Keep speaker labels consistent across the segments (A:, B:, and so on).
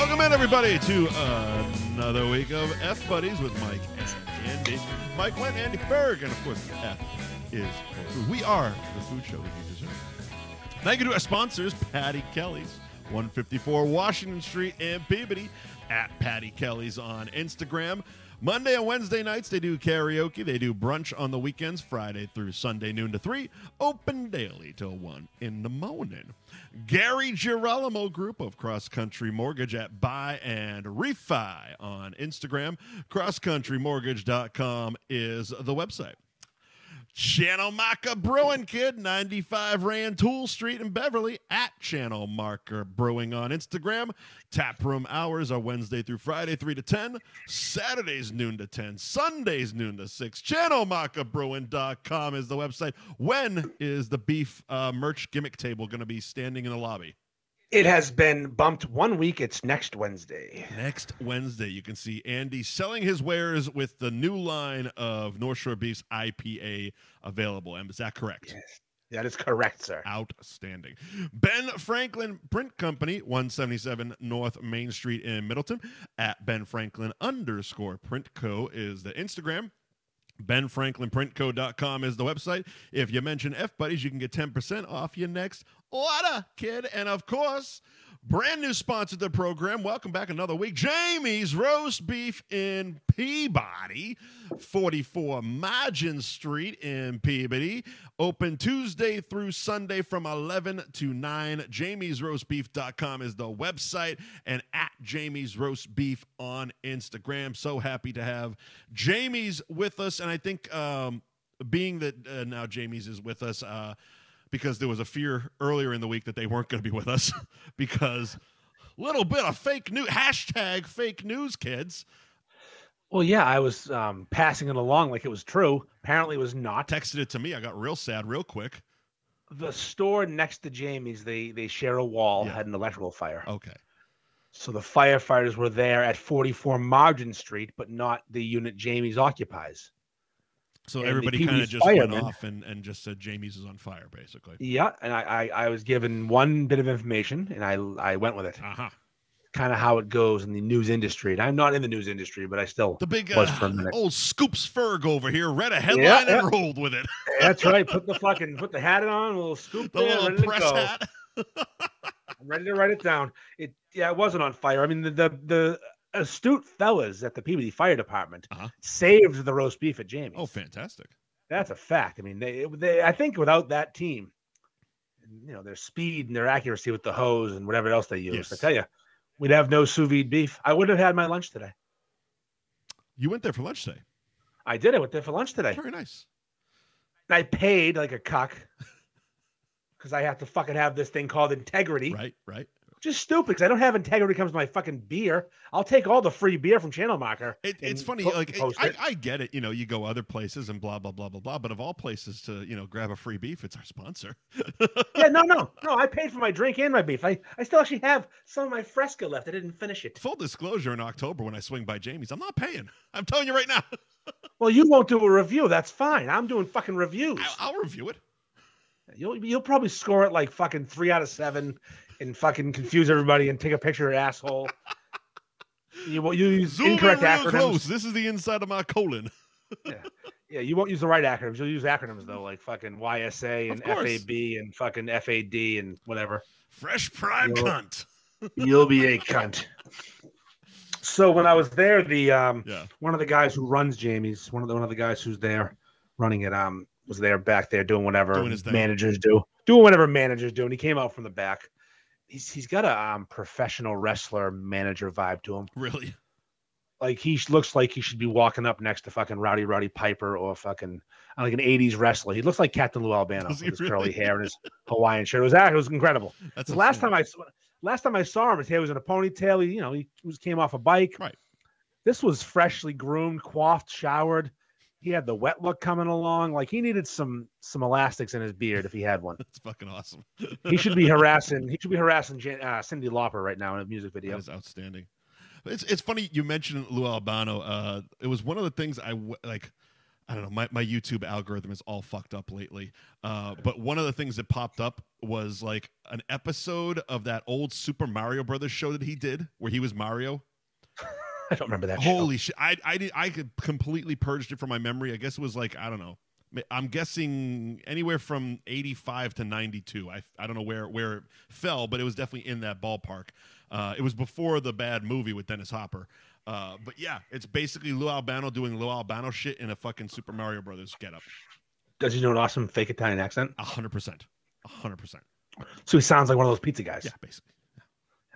A: everybody, to another week of F Buddies with Mike and Andy. Mike went Andy Berg, and of course, the F is for food. We are the food show that you deserve. Thank you to our sponsors, Patty Kelly's, 154 Washington Street in Peabody, at Patty Kelly's on Instagram. Monday and Wednesday nights, they do karaoke. They do brunch on the weekends, Friday through Sunday, noon to 3. Open daily till 1 in the morning. Gary Girolamo Group of Cross Country Mortgage at Buy and Refi on Instagram. CrossCountryMortgage.com is the website. Channel Marker Brewing Kid, 95 Rantoul Street in Beverly, at Channel Marker Brewing on Instagram. Tap room hours are Wednesday through Friday, 3 to 10, Saturdays, noon to 10, Sundays, noon to 6. ChannelMarkerBrewing.com is the website. When is the beef uh, merch gimmick table going to be standing in the lobby?
B: It has been bumped one week. It's next Wednesday.
A: Next Wednesday, you can see Andy selling his wares with the new line of North Shore Beef's IPA available. And is that correct?
B: Yes, that is correct, sir.
A: Outstanding. Ben Franklin Print Company, 177 North Main Street in Middleton, at Ben Franklin underscore Print Co. is the Instagram. BenFranklinPrintCo.com is the website. If you mention F Buddies, you can get 10% off your next order, kid. And of course, brand new sponsor of the program. Welcome back another week. Jamie's Roast Beef in Peabody, 44 Margin Street in Peabody. Open Tuesday through Sunday from 11 to 9. Jamie'sRoastBeef.com is the website and at Jamie's Roast Beef on Instagram. So happy to have Jamie's with us. And I think um, being that uh, now Jamie's is with us, uh, because there was a fear earlier in the week that they weren't going to be with us because little bit of fake news hashtag fake news kids
B: Well, yeah, I was um, passing it along like it was true. Apparently, it was not.
A: texted it to me i got real sad real quick
B: The store next to Jamie's, they they share a wall,
A: Yeah. Oh.
B: had an electrical fire.
A: okay
B: So the firefighters were there at 44 Margin Street, but not the unit Jamie's occupies.
A: so
B: And the
A: everybody
B: Pee
A: kind of
B: Wee's
A: just went
B: fireman-
A: off and, and just said jamie's is on fire basically
B: Yeah, and I, I I was given one bit of information, and I I went with it.
A: uh-huh
B: Kind of how it goes in the news industry. And I'm not in the news industry, but I still.
A: the big
B: Was
A: uh,
B: for a minute.
A: old scoops ferg over here read a headline
B: yeah.
A: and rolled with it
B: That's right. Put the fucking put the hat on. We'll scoop
A: the
B: there.
A: little
B: ready to
A: press
B: go.
A: hat
B: I'm ready to write it down. It yeah, it wasn't on fire. I mean, the the, the astute fellas at the Peabody Fire Department
A: Uh-huh.
B: saved the roast beef at Jamie's.
A: oh fantastic
B: that's a fact. I mean, they, they I think without that team, you know, their speed and their accuracy with the hose and whatever else they use, I
A: Yes.
B: tell you, we'd have no sous vide beef. I would have had my lunch today.
A: you went there for lunch today
B: I did. I went there for lunch today.
A: very nice
B: And I paid like a cuck because I have to fucking have this thing called integrity.
A: right right
B: just stupid because I don't have integrity when it comes to my fucking beer. I'll take all the free beer from Channel Marker.
A: It, it's
B: and
A: funny,
B: po-
A: like
B: post
A: I,
B: it.
A: I get it. You know, you go other places and blah blah blah blah blah. But of all places to you know grab a free beef, it's our sponsor.
B: yeah, no, no, no. I paid for my drink and my beef. I, I still actually have some of my Fresca left. I didn't finish it.
A: Full disclosure: in October, when I swing by Jamie's, I'm not paying. I'm telling you right now,
B: Well, you won't do a review. That's fine. I'm doing fucking reviews.
A: I, I'll review it.
B: You'll you'll probably score it like fucking three out of seven, and fucking confuse everybody and take a picture of your asshole. You won't use
A: Zoom
B: incorrect
A: in real
B: acronyms.
A: close. This is the inside of my colon.
B: Yeah, you won't use the right acronyms. You'll use acronyms though, like fucking YSA
A: Of
B: and
A: course.
B: FAB and fucking FAD and whatever.
A: Fresh prime
B: Yo.
A: cunt.
B: You'll be a cunt. So when I was there, the um,
A: Yeah.
B: one of the guys who runs Jamie's, one of the one of the guys who's there running it, um, was there back there doing whatever
A: Doing his thing.
B: managers do, doing whatever managers do, and he came out from the back. He's he's got a um, professional wrestler manager vibe to him.
A: Really?
B: Like he sh- looks like he should be walking up next to fucking Rowdy Roddy Piper or fucking uh, like an '80s wrestler. He looks like Captain Lou Albano
A: Does
B: with
A: he
B: his
A: really?
B: curly hair and his Hawaiian shirt. It was that it was incredible.
A: That's
B: The last
A: absurd.
B: time I saw- last time I saw him, his hair was in a ponytail. He, you know, he was came off a bike.
A: Right.
B: This was freshly groomed, coiffed, showered. He had the wet look coming along. Like he needed some some elastics in his beard if he had one.
A: That's fucking awesome.
B: He should be harassing. He should be harassing Jan, uh, Cindy Lauper right now in a music video.
A: That is outstanding. It's it's funny you mentioned Lou Albano. Uh, it was one of the things I w- like. I don't know. My, my YouTube algorithm is all fucked up lately. Uh, but one of the things that popped up was like an episode of that old Super Mario Brothers show that he did, where he was Mario
B: I don't remember that. show.
A: Holy shit! I I did I could completely purged it from my memory. I guess it was like I don't know. Ma- I'm guessing anywhere from 85 to 92. I I don't know where where it fell, but it was definitely in that ballpark. Uh, it was before the bad movie with Dennis Hopper. Uh, but yeah, it's basically Lou Albano doing Lou Albano shit in a fucking Super Mario Brothers getup.
B: Does he do an awesome fake Italian accent?
A: 100%. 100%.
B: So he sounds like one of those pizza guys.
A: Yeah, basically.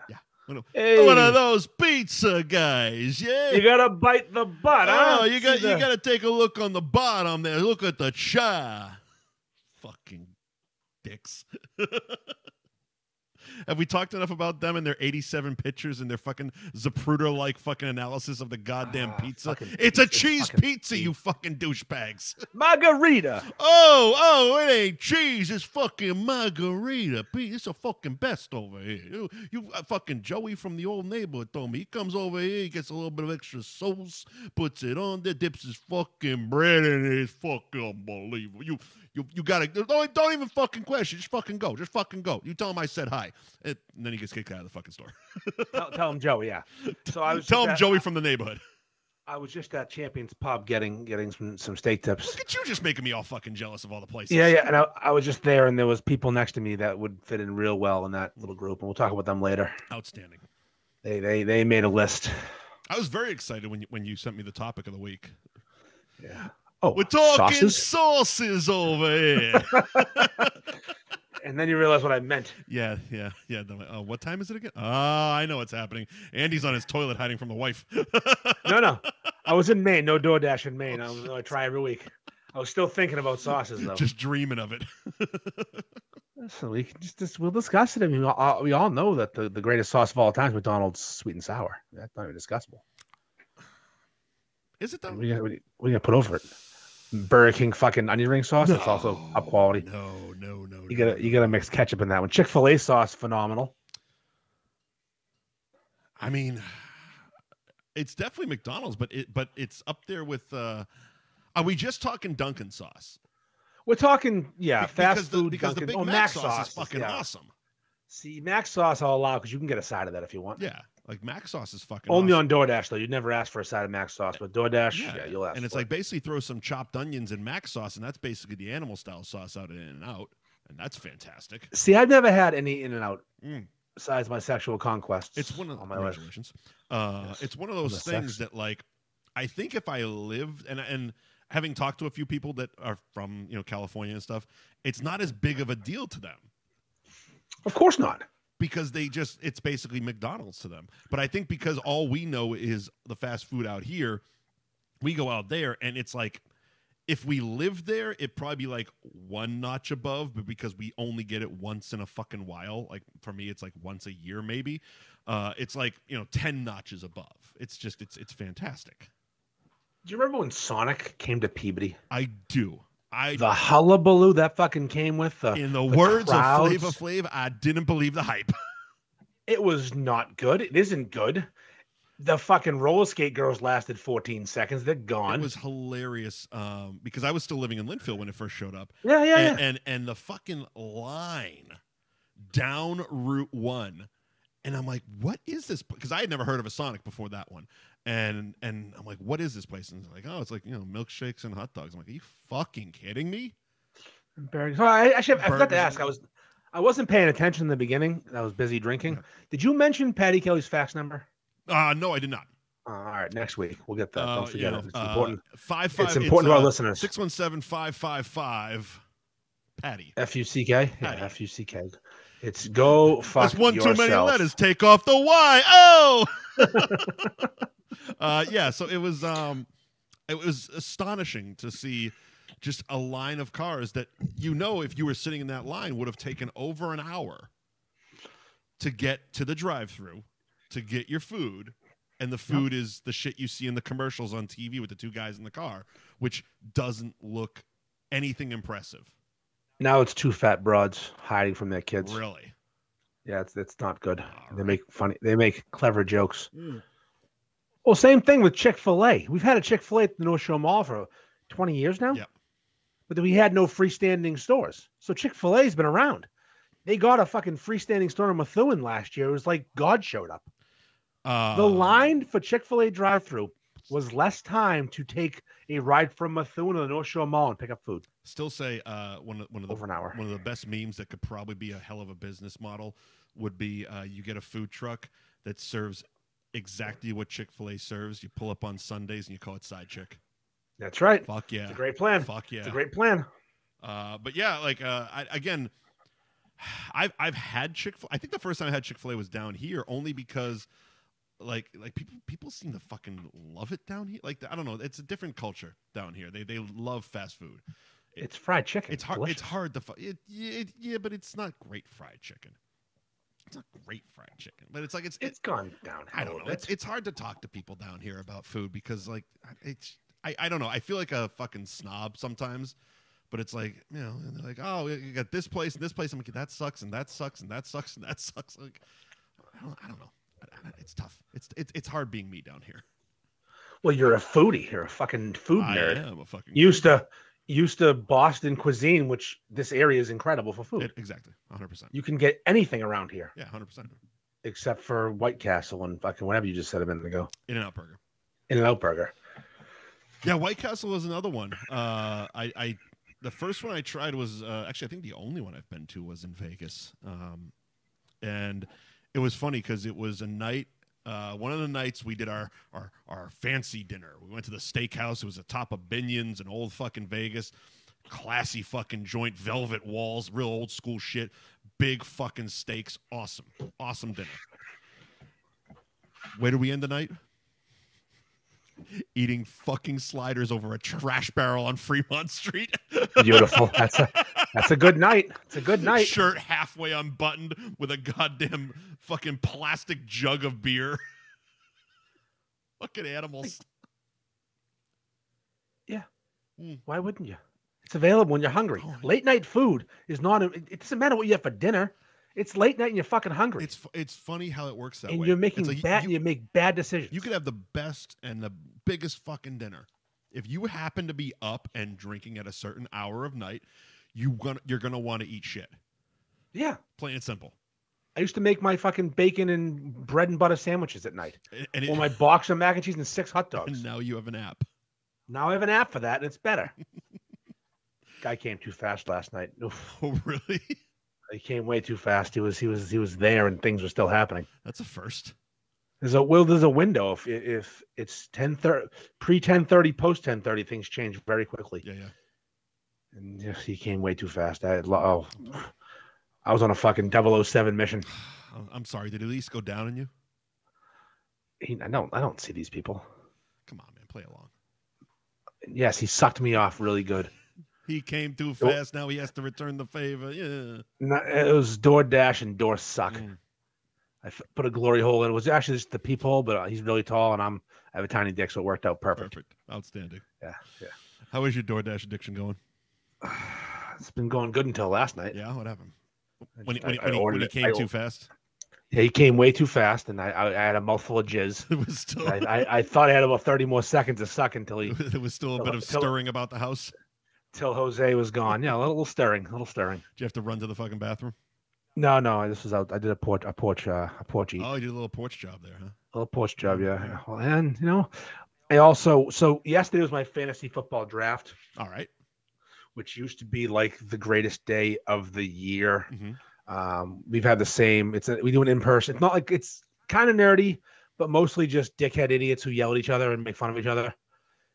A: Yeah. Oh, One of-
B: Hey,
A: One of those pizza guys. Yeah.
B: you gotta bite the butt. huh?
A: Oh, you got
B: See
A: you
B: the-
A: got to take a look on the bottom there. Look at the cha. Fucking dicks. Have we talked enough about them and their 87 pictures and their fucking Zapruder like fucking analysis of the goddamn
B: Ah,
A: pizza?
B: fucking
A: It's a
B: pizza,
A: cheese
B: fucking
A: pizza, you fucking douchebags.
B: margarita.
A: Oh, oh, it ain't cheese. It's fucking margarita. Pete, It's a fucking best over here. You, you uh, fucking Joey from the old neighborhood told me he comes over here, he gets a little bit of extra sauce, puts it on there, dips his fucking bread in it. It's fucking unbelievable. You, you, you gotta don't, don't even fucking question. Just fucking go. Just fucking go. You tell him I said hi, and then he gets kicked out of the fucking store.
B: tell, tell him Joe. Yeah. So I was
A: tell
B: just
A: him
B: at-
A: Joey from the neighborhood.
B: I was just at Champions Pub getting getting some some steak tips.
A: Look at you, just making me all fucking jealous of all the places.
B: Yeah, yeah, and I, I was just there, and there was people next to me that would fit in real well in that little group, and we'll talk about them later.
A: Outstanding.
B: They they they made a list.
A: I was very excited when you, when you sent me the topic of the week.
B: Yeah. Oh,
A: We're talking sauces,
B: sauces?
A: over here.
B: and then you realize what I meant.
A: yeah, yeah, yeah. They're like, oh, what time is it again? Ah, I know what's happening. Andy's on his toilet hiding from the wife.
B: No, no, I was in Maine. No DoorDash in Maine. I, was, I try every week. I was still thinking about sauces though.
A: Just dreaming of it.
B: so we can just, just we'll discuss it. I mean, we all, we all know that the, the greatest sauce of all time is McDonald's sweet and sour. That's not even discussable.
A: Is it though?
B: We got we, we got put over it. Burger King fucking onion ring sauce. That's also up
A: No,
B: quality.
A: No, no, no.
B: You
A: no.
B: gotta you gotta mix ketchup in that one. Chick Fil A sauce, phenomenal.
A: I mean, it's definitely McDonald's, but it but it's up there with. uh Are we just talking Dunkin' sauce?
B: We're talking yeah,
A: Be-
B: fast
A: because
B: food.
A: The, because
B: Dunkin'-
A: the Big
B: oh,
A: Mac,
B: Mac
A: sauce, is fucking
B: yeah.
A: awesome.
B: See, Mac sauce I'll allow because you can get a side of that if you want.
A: Yeah, like Mac sauce is fucking.
B: Only
A: awesome.
B: on DoorDash though. You'd never ask for a side of Mac sauce, but DoorDash, yeah, you'll ask.
A: And it's
B: for it.
A: like basically throw some chopped onions and mac sauce, and that's basically the animal style sauce out of in and out, and that's fantastic.
B: see, I've never had any In and Out
A: Mm.
B: besides my sexual conquests.
A: It's one of
B: on Oh, my list.
A: congratulations. Uh,
B: Yes.
A: It's one of those
B: That's
A: things that like I think if I lived and and having talked to a few people that are from you know California and stuff, it's not as big of a deal to them.
B: Of course not.
A: because they just it's basically McDonald's to them. But I think because all we know is the fast food out here, we go out there and it's like if we live there, it'd probably be like one notch above, but because we only get it once in a fucking while, like for me, it's like once a year maybe. Uh, it's like you know ten notches above. It's just it's it's fantastic.
B: Do you remember when Sonic came to Peabody?
A: I do. I
B: The hullabaloo that fucking came with the
A: in the,
B: the
A: words
B: crowds.
A: of Flava Flav, I didn't believe the hype.
B: It was not good. It isn't good. The fucking roller skate girls lasted 14 seconds. They're
A: It
B: gone.
A: was hilarious um, because I was still living in Linfield when it first showed up,
B: yeah, yeah, yeah.
A: and, and and the fucking line down Route One, and I'm like, what is this? Because I had never heard of a Sonic before that one, and and I'm like, what is this place? And it's like, oh, it's like you know milkshakes and hot dogs. I'm like, are you fucking kidding me?
B: Burgers. Oh, I, I, should, I
A: Burgers
B: forgot to
A: and-
B: ask. I was, I wasn't paying attention in the beginning. I was busy drinking.
A: Yeah.
B: Did you mention Patty Kelly's fax number?
A: Uh no, I did not.
B: Uh, all right, next week we'll get that.
A: Uh,
B: Don't forget
A: yeah,
B: it. It's
A: uh,
B: important.
A: Five five.
B: it's important to our
A: uh,
B: listeners.
A: Six one seven five five five. Patty.
B: F U C K.
A: Patty.
B: Yeah, F U C K. It's go fuck
A: That's one
B: yourself.
A: too many letters. Take off the Y. Oh. uh, yeah. So it was um, it was astonishing to see just a line of cars that you know if you were sitting in that line would have taken over an hour to get to the drive-through to get your food and the food is the shit you see in the commercials on TV with the two guys in the car which doesn't look anything impressive
B: Now it's two fat broads hiding from their kids.
A: really
B: Yeah, it's it's not good.
A: All right.
B: They
A: Hmm.
B: make funny. They make clever jokes. Well, same thing with Chick Fil A. We've had a Chick Fil A at the North Shore Mall for twenty years now.
A: Yep.
B: But we had no freestanding stores, so Chick Fil A's been around. They got a fucking freestanding store in Methuen last year. It was like God showed up.
A: Uh,
B: the line for Chick fil A drive through was less time to take a ride from Methuen to the North Shore Mall and pick up food
A: Still say uh, one of one of the
B: over an hour.
A: one of the best memes that could probably be a hell of a business model would be uh, you get a food truck that serves exactly what Chick Fil A serves. You pull up on Sundays and you call it side chick.
B: That's right.
A: Fuck yeah.
B: It's a great plan.
A: Fuck yeah.
B: It's a great plan.
A: Uh, but yeah, like uh, I, again, I've I've had Chick. I think the first time I had Chick Fil A was down here, only because like like people people seem to fucking love it down here. Like I don't know, it's a different culture down here. They they love fast food.
B: It's fried chicken.
A: It's hard.
B: Delicious.
A: It's hard to. fi- It, yeah, it, yeah, but it's not great fried chicken. It's not great fried chicken, but it's like it's.
B: It's gone down.
A: I don't know. It's it's hard to talk to people down here about food because like it's. I, I don't know. I feel like a fucking snob sometimes, but it's like you know and they're like oh you got this place and this place. I'm like that sucks and that sucks and that sucks and that sucks. Like I don't, I don't know. I- I- It's tough. It's it's it's hard being me down here.
B: well, you're a foodie. You're a fucking food
A: I
B: nerd.
A: am a fucking
B: used to used to Boston cuisine, which this area is incredible for food.
A: It- exactly 100. percent
B: you can get anything around here
A: Yeah, 100. percent
B: except for White Castle and fucking whatever you just said a minute ago.
A: In and out burger.
B: In and Out Burger.
A: Yeah, White Castle was another one. Uh, I, I, the first one I tried was uh, actually I think the only one I've been to was in Vegas, um, and it was funny because it was a night. Uh, one of the nights we did our, our our fancy dinner. We went to the steakhouse. It was atop of Binion's in old fucking Vegas, classy fucking joint, velvet walls, real old school shit. Big fucking steaks, awesome, awesome dinner. Where do we end the night? eating fucking sliders over a trash barrel on Fremont Street.
B: Beautiful. that's a that's a good night. It's a good night.
A: Shirt halfway unbuttoned with a goddamn fucking plastic jug of beer. fucking animals.
B: Why wouldn't you? It's available when you're hungry.
A: Oh, yeah.
B: Late night food is not. It it doesn't matter what you have for dinner. It's late night and you're fucking hungry,
A: It's fu- it's funny how it works that
B: and
A: way.
B: you're
A: It's
B: making
A: like you-
B: bad.
A: you-
B: and you make bad decisions.
A: You could have the best and the biggest fucking dinner. If you happen to be up and drinking at a certain hour of night, you gonna, you're gonna want to eat shit.
B: yeah.
A: Plain and simple.
B: I used to make my fucking bacon and bread and butter sandwiches at night,
A: And, and it-
B: or my box of mac and cheese and six hot dogs.
A: and now you have an app.
B: Now I have an app for that, and it's better. Guy came too fast last night. Oof,
A: Oh really?
B: he came way too fast. He was he was he was there, and things were still happening.
A: That's a first.
B: There's a well, there's a window. If if it's ten thirty, pre ten thirty, post ten thirty, things change very quickly.
A: Yeah, yeah.
B: And yes, he came way too fast. I had lo- oh, I was on a fucking 007 mission.
A: I'm- I'm sorry. Did Elise go down on you?
B: He, I don't I don't see these people.
A: Come on, man. Play along.
B: Yes, he sucked me off really good.
A: He came too fast. Now he has to return the favor. Yeah.
B: No, It was DoorDash and door suck.
A: Mm.
B: I f- put a glory hole in. It was actually just the peephole, but uh, he's really tall, and I'm I have a tiny dick, so it worked out perfect.
A: Perfect. Outstanding.
B: Yeah, yeah.
A: How is your DoorDash addiction going?
B: It's been going good until last night.
A: Yeah. What happened?
B: I
A: When, he-
B: just-
A: when, he-
B: I- I
A: when, he, when
B: ordered
A: he
B: it- I
A: came too
B: or-
A: fast,
B: Yeah, he came way too fast, and I I, I had a mouthful of jizz.
A: it was still
B: I, I I thought I had about thirty more seconds to suck until he
A: there was still a
B: tell-
A: bit of
B: tell-
A: stirring about the house.
B: till Jose was gone. Yeah, a little, little stirring, a little stirring.
A: Did you have to run to the fucking bathroom?
B: No, no, this was out. I did a porch, a porch, uh, a porch eat,
A: Oh, you did a little porch job there, huh?
B: a little porch job. Yeah. yeah. Well, and you know, I also so yesterday was my fantasy football draft.
A: All right.
B: which used to be like the greatest day of the year.
A: Mhm.
B: Um, we've had the same. It's a, we do an in person. It's not like it's kind of nerdy, but mostly just dickhead idiots who yell at each other and make fun of each other.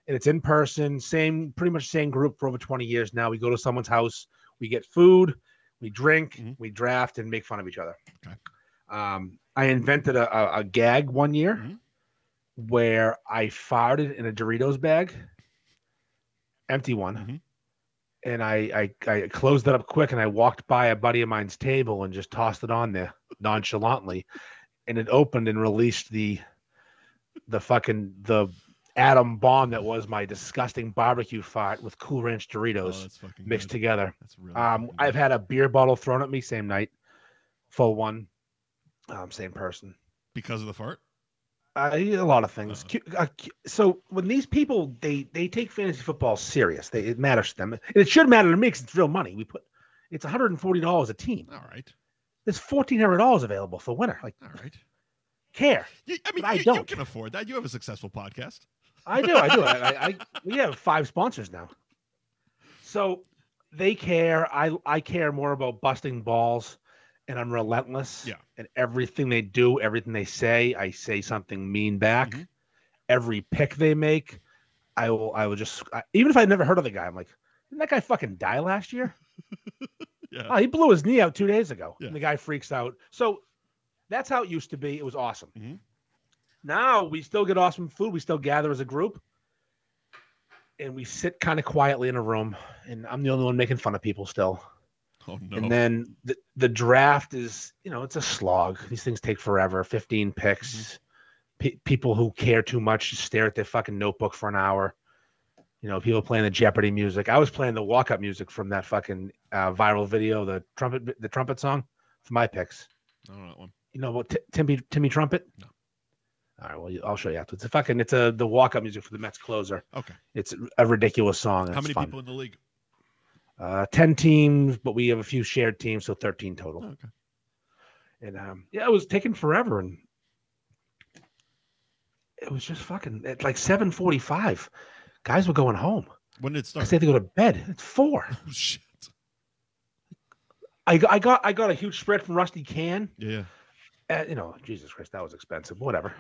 B: And it's in person, same pretty much same group for over twenty years now. We go to someone's house, we get food, we drink,
A: Mhm.
B: we draft, and make fun of each other.
A: Okay.
B: Um, I invented a, a, a gag one year
A: Mhm.
B: where I farted in a Doritos bag, empty one
A: Mhm.
B: and I, I I closed it up quick and I walked by a buddy of mine's table and just tossed it on there nonchalantly, and it opened and released the the fucking the atom bomb that was my disgusting barbecue fart with Cool Ranch
A: Oh,
B: Doritos
A: that's fucking
B: mixed
A: good.
B: together.
A: That's really.
B: Um,
A: fucking
B: I've
A: good.
B: had a beer bottle thrown at me same night, full one, um, same person.
A: because of the fart.
B: I a lot of things.
A: Uh-huh.
B: Cu- uh, cu- So when these people they they take fantasy football serious, they, it matters to them. And it should matter to me because it's real money. We put it's one hundred and forty dollars a team.
A: All right.
B: There's fourteen hundred dollars available for winner. Like
A: All right.
B: care.
A: You, I mean,
B: But I
A: you, you
B: don't.
A: can afford that. You have a successful podcast.
B: I do. I do. I, I, I we have five sponsors now. So they care. I I care more about busting balls, and I'm relentless.
A: Yeah.
B: And everything they do, everything they say, I say something mean back.
A: Mhm.
B: Every pick they make, I will. I will just I, even if I never heard of the guy, I'm like, didn't that guy fucking die last year?
A: Yeah.
B: Oh, he blew his knee out two days ago.
A: Yeah.
B: And the guy freaks out. So that's how it used to be. It was awesome.
A: Mhm.
B: Now we still get awesome food. We still gather as a group and we sit kind of quietly in a room. And I'm the only one making fun of people still.
A: Oh no.
B: And then the, the draft is, you know, it's a slog. These things take forever 15 picks. Pe- people who care too much stare at their fucking notebook for an hour. You know, people playing the Jeopardy music. I was playing the walk up music from that fucking uh, viral video, the trumpet, the trumpet song for my picks.
A: I don't know that one.
B: You know what, T- Timmy, Timmy Trumpet?
A: No.
B: All right, well, you- I'll show you after. It's a fucking, it's a the walk up music for the Mets closer.
A: Okay.
B: It's a ridiculous song.
A: How many people in the league?
B: Uh, ten teams, but we have a few shared teams, so thirteen total.
A: Oh, okay.
B: And um, yeah, it was taking forever, and it was just fucking at like seven forty-five. Guys were going home
A: When did it start?
B: because they had to go to bed. It's four.
A: Oh, shit.
B: I, got- I got I got a huge spread from Rusty Can.
A: Yeah. yeah.
B: Uh, you know, Jesus Christ, that was expensive. but Whatever,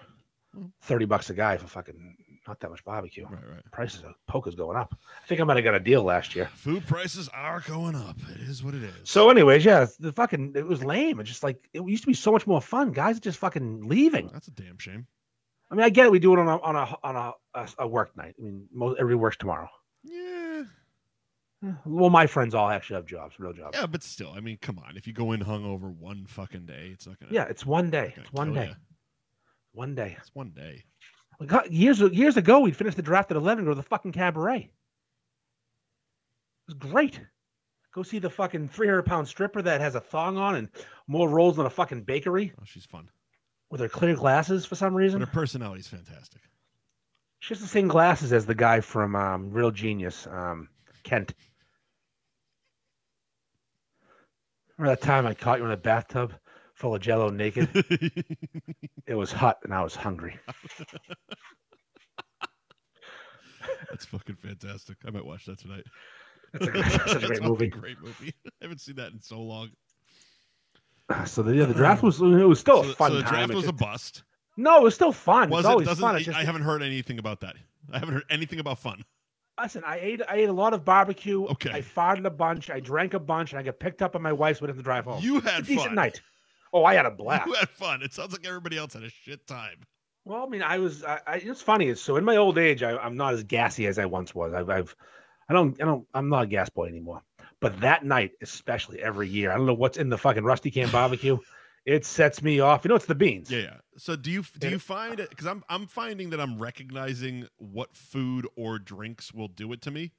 A: Mm.
B: thirty bucks a guy for fucking not that much barbecue.
A: Right. Right.
B: Prices of poker's going up. I think I might have got a deal last year.
A: Food prices are going up. It is what it is.
B: So, anyways, yeah, the fucking it was lame. It's just like it used to be so much more fun. Guys are just fucking leaving.
A: that's a damn shame.
B: I mean, I get it. We do it on a on a on a, a, a work night. I mean, most, everybody works tomorrow.
A: Yeah.
B: Eh, Well, my friends all actually have jobs, real jobs. Yeah,
A: Yeah, but still, I mean, come on. If you go in hungover one fucking day, it's not gonna.
B: it's one day.
A: not gonna
B: It's one
A: kill
B: day.
A: ya.
B: One day.
A: It's one day.
B: We got- years years ago, we'd finish the draft at eleven. Go to the fucking cabaret. It was great. Go see the fucking three hundred pound stripper that has a thong on and more rolls than a fucking bakery
A: Oh, she's fun.
B: with her clear glasses for some
A: But
B: reason.
A: her personality's fantastic.
B: She has the same glasses as the guy from um, Real Genius, um, Kent. Remember that time I caught you in a bathtub full of jello naked? it was hot and I was hungry.
A: That's fucking fantastic. I might watch that tonight.
B: That's a, that's such a
A: That's
B: great
A: fucking
B: movie.
A: Great movie. I haven't seen that in so long.
B: So the, yeah, the draft was it was still
A: so,
B: a
A: the-
B: fun
A: so the
B: time.
A: draft
B: It's
A: was a
B: just-
A: bust.
B: no, it was still fun.
A: Was
B: it's
A: it?
B: always
A: Doesn't
B: fun. It's just,
A: I haven't heard anything about that. I haven't heard anything about fun.
B: listen, I ate I ate a lot of barbecue.
A: Okay.
B: I farted a bunch. I drank a bunch, and I got picked up by my wife's within the drive home.
A: You
B: It's
A: had
B: a decent
A: fun.
B: night. Oh, I had a blast.
A: You had fun. It sounds like everybody else had a shit time.
B: Well, I mean, I was. I, I, it's funny. it's- So in my old age, I, I'm not as gassy as I once was. I've, I've, I don't, I don't, I'm not a gas boy anymore. But that night, especially every year, I don't know what's in the fucking rusty can barbecue. it sets me off. You know, it's the beans.
A: Yeah, yeah. So do you do
B: And-
A: you find it? Because I'm I'm finding that I'm recognizing what food or drinks will do it to me.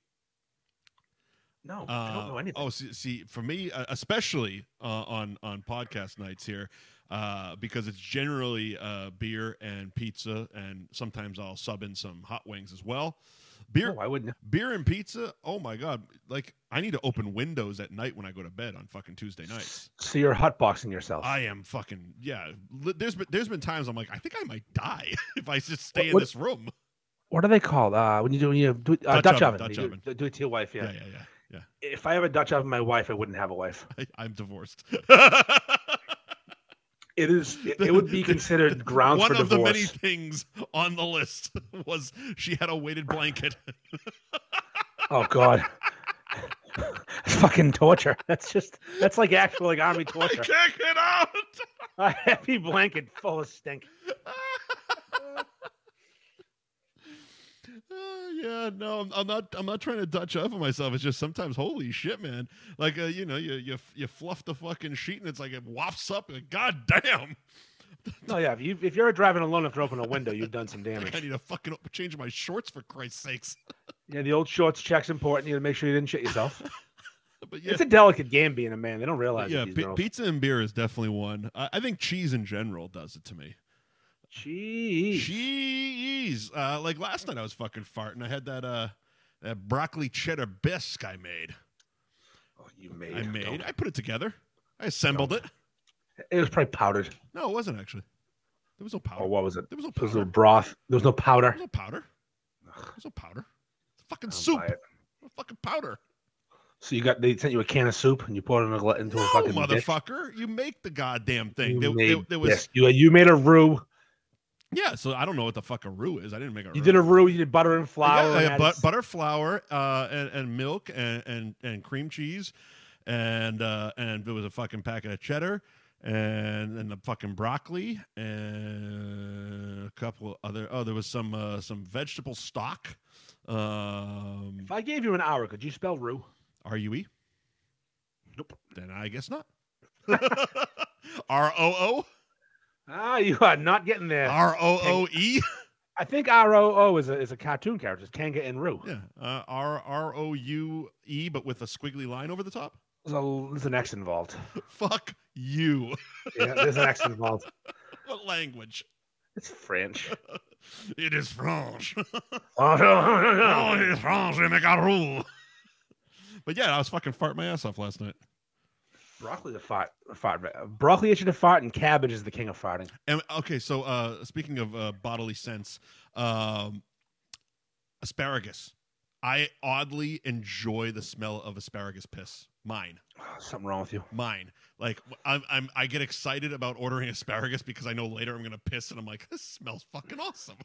B: No,
A: Uh,
B: I don't know anything.
A: Oh, see, see for me, uh, especially uh, on on podcast nights here, uh, because it's generally uh, beer and pizza, and sometimes I'll sub in some hot wings as well. Beer,
B: No, I wouldn't.
A: beer and pizza. Oh my god! Like I need to open windows at night when I go to bed on fucking Tuesday nights.
B: So you're hotboxing yourself.
A: I am fucking yeah. li- There's been there's been times I'm like I think I might die if I just stay in
B: what-
A: this room.
B: what are they called? Uh, when you do, when you do uh,
A: Dutch
B: Dutch,
A: oven,
B: oven.
A: Dutch
B: you do-
A: oven.
B: Do, do it to your wife.
A: Yeah,
B: Yeah.
A: yeah, yeah, yeah.
B: If I have a Dutch oven, my wife, I wouldn't have a wife.
A: I, I'm divorced.
B: It is. It, it would be considered grounds
A: One
B: for
A: of
B: divorce.
A: the many things on the list was she had a weighted blanket.
B: Oh God. That's fucking torture. That's just that's like actual like army
A: I
B: torture.
A: can't get out.
B: A heavy blanket full of stink.
A: Uh, yeah, no, I'm, I'm not. I'm not trying to Dutch oven myself. It's just sometimes, holy shit, man! Like, uh, you know, you you you fluff the fucking sheet and it's like it wafts up. Like, God damn!
B: No, yeah. If you if you're driving alone after open a window, you've done some
A: Like, I
B: damage.
A: need to fucking op- change my shorts for Christ's sakes.
B: Yeah, the old shorts check's important. You gotta make sure you didn't shit yourself.
A: But yeah,
B: It's a delicate game being a man. They don't
A: but
B: realize
A: yeah,
B: it, these
A: pi-
B: girls.
A: pizza and beer is definitely one. I, I think cheese in general does it to me.
B: Jeez.
A: Cheese. Uh, like last night, I was fucking farting. I had that uh, that broccoli cheddar bisque I made.
B: Oh, you made.
A: I
B: don't.
A: made. I put it together. I assembled it.
B: It was probably powdered.
A: No, it wasn't actually. There was no powder.
B: or Oh, what was it?
A: There was no
B: There was
A: powder.
B: no broth. There was no powder.
A: There was no powder. There was no powder. It's fucking
B: I don't
A: soup.
B: buy it.
A: Fucking powder.
B: So you got they sent you a can of soup and you poured it in a, gla- into
A: no,
B: a fucking dish.
A: motherfucker. You make the goddamn thing.
B: You
A: There,
B: made
A: there- there was
B: this. you, you made a roux.
A: yeah. So I don't know what the fuck a roux is. I didn't make a.
B: You
A: roux.
B: did a roux. You did butter and flour.
A: Yeah,
B: and
A: yeah,
B: added
A: but,
B: s-
A: butter, flour, uh, and, and milk, and, and and cream cheese, and uh, and there was a fucking packet of cheddar, and and the fucking broccoli, and a couple other. Oh, there was some uh, some vegetable stock. Um,
B: if I gave you an hour, could you spell roux?
A: R U E.
B: Nope.
A: Then I guess not. R O O
B: Ah, you are not getting there.
A: R O O E.
B: I think R O O is a is a cartoon character. It's Kanga and Roo.
A: Yeah, uh, R R O U E, but with a squiggly line over the top.
B: There's, a, there's an X involved.
A: Fuck you.
B: Yeah, there's an X involved.
A: what language?
B: It's French.
A: It is French.
B: Oh, no, no,
A: oh,
B: no.
A: it is French. They make a rule. But yeah, I was fucking farting my ass off last night.
B: Broccoli the fart, fart. Broccoli is the fart, and cabbage is the king of farting.
A: And okay, so uh, speaking of uh, bodily sense, um, asparagus. I oddly enjoy the smell of asparagus piss. Mine.
B: Oh, Something wrong with you.
A: mine. Like I'm, I'm, I get excited about ordering asparagus because I know later I'm gonna piss, and I'm like, this smells fucking awesome.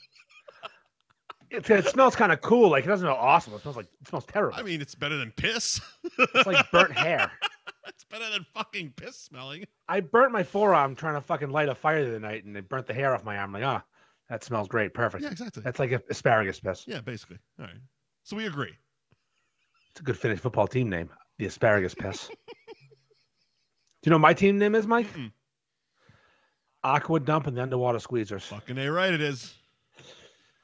B: It, it smells kind of cool. Like it doesn't smell awesome. It smells like it smells terrible.
A: I mean, it's better than piss.
B: it's like burnt hair.
A: it's better than fucking piss smelling.
B: I burnt my forearm trying to fucking light a fire the other night, and it burnt the hair off my arm. Like, ah, that smells great. Perfect.
A: Yeah, exactly.
B: That's like a, asparagus piss.
A: Yeah, basically. All right. So we agree.
B: It's a good Finnish football team name, the Asparagus Piss. Do you know what my team name is, Mike?
A: Mm-mm.
B: Aqua Dump and the Underwater Squeezers.
A: Fucking a right it is.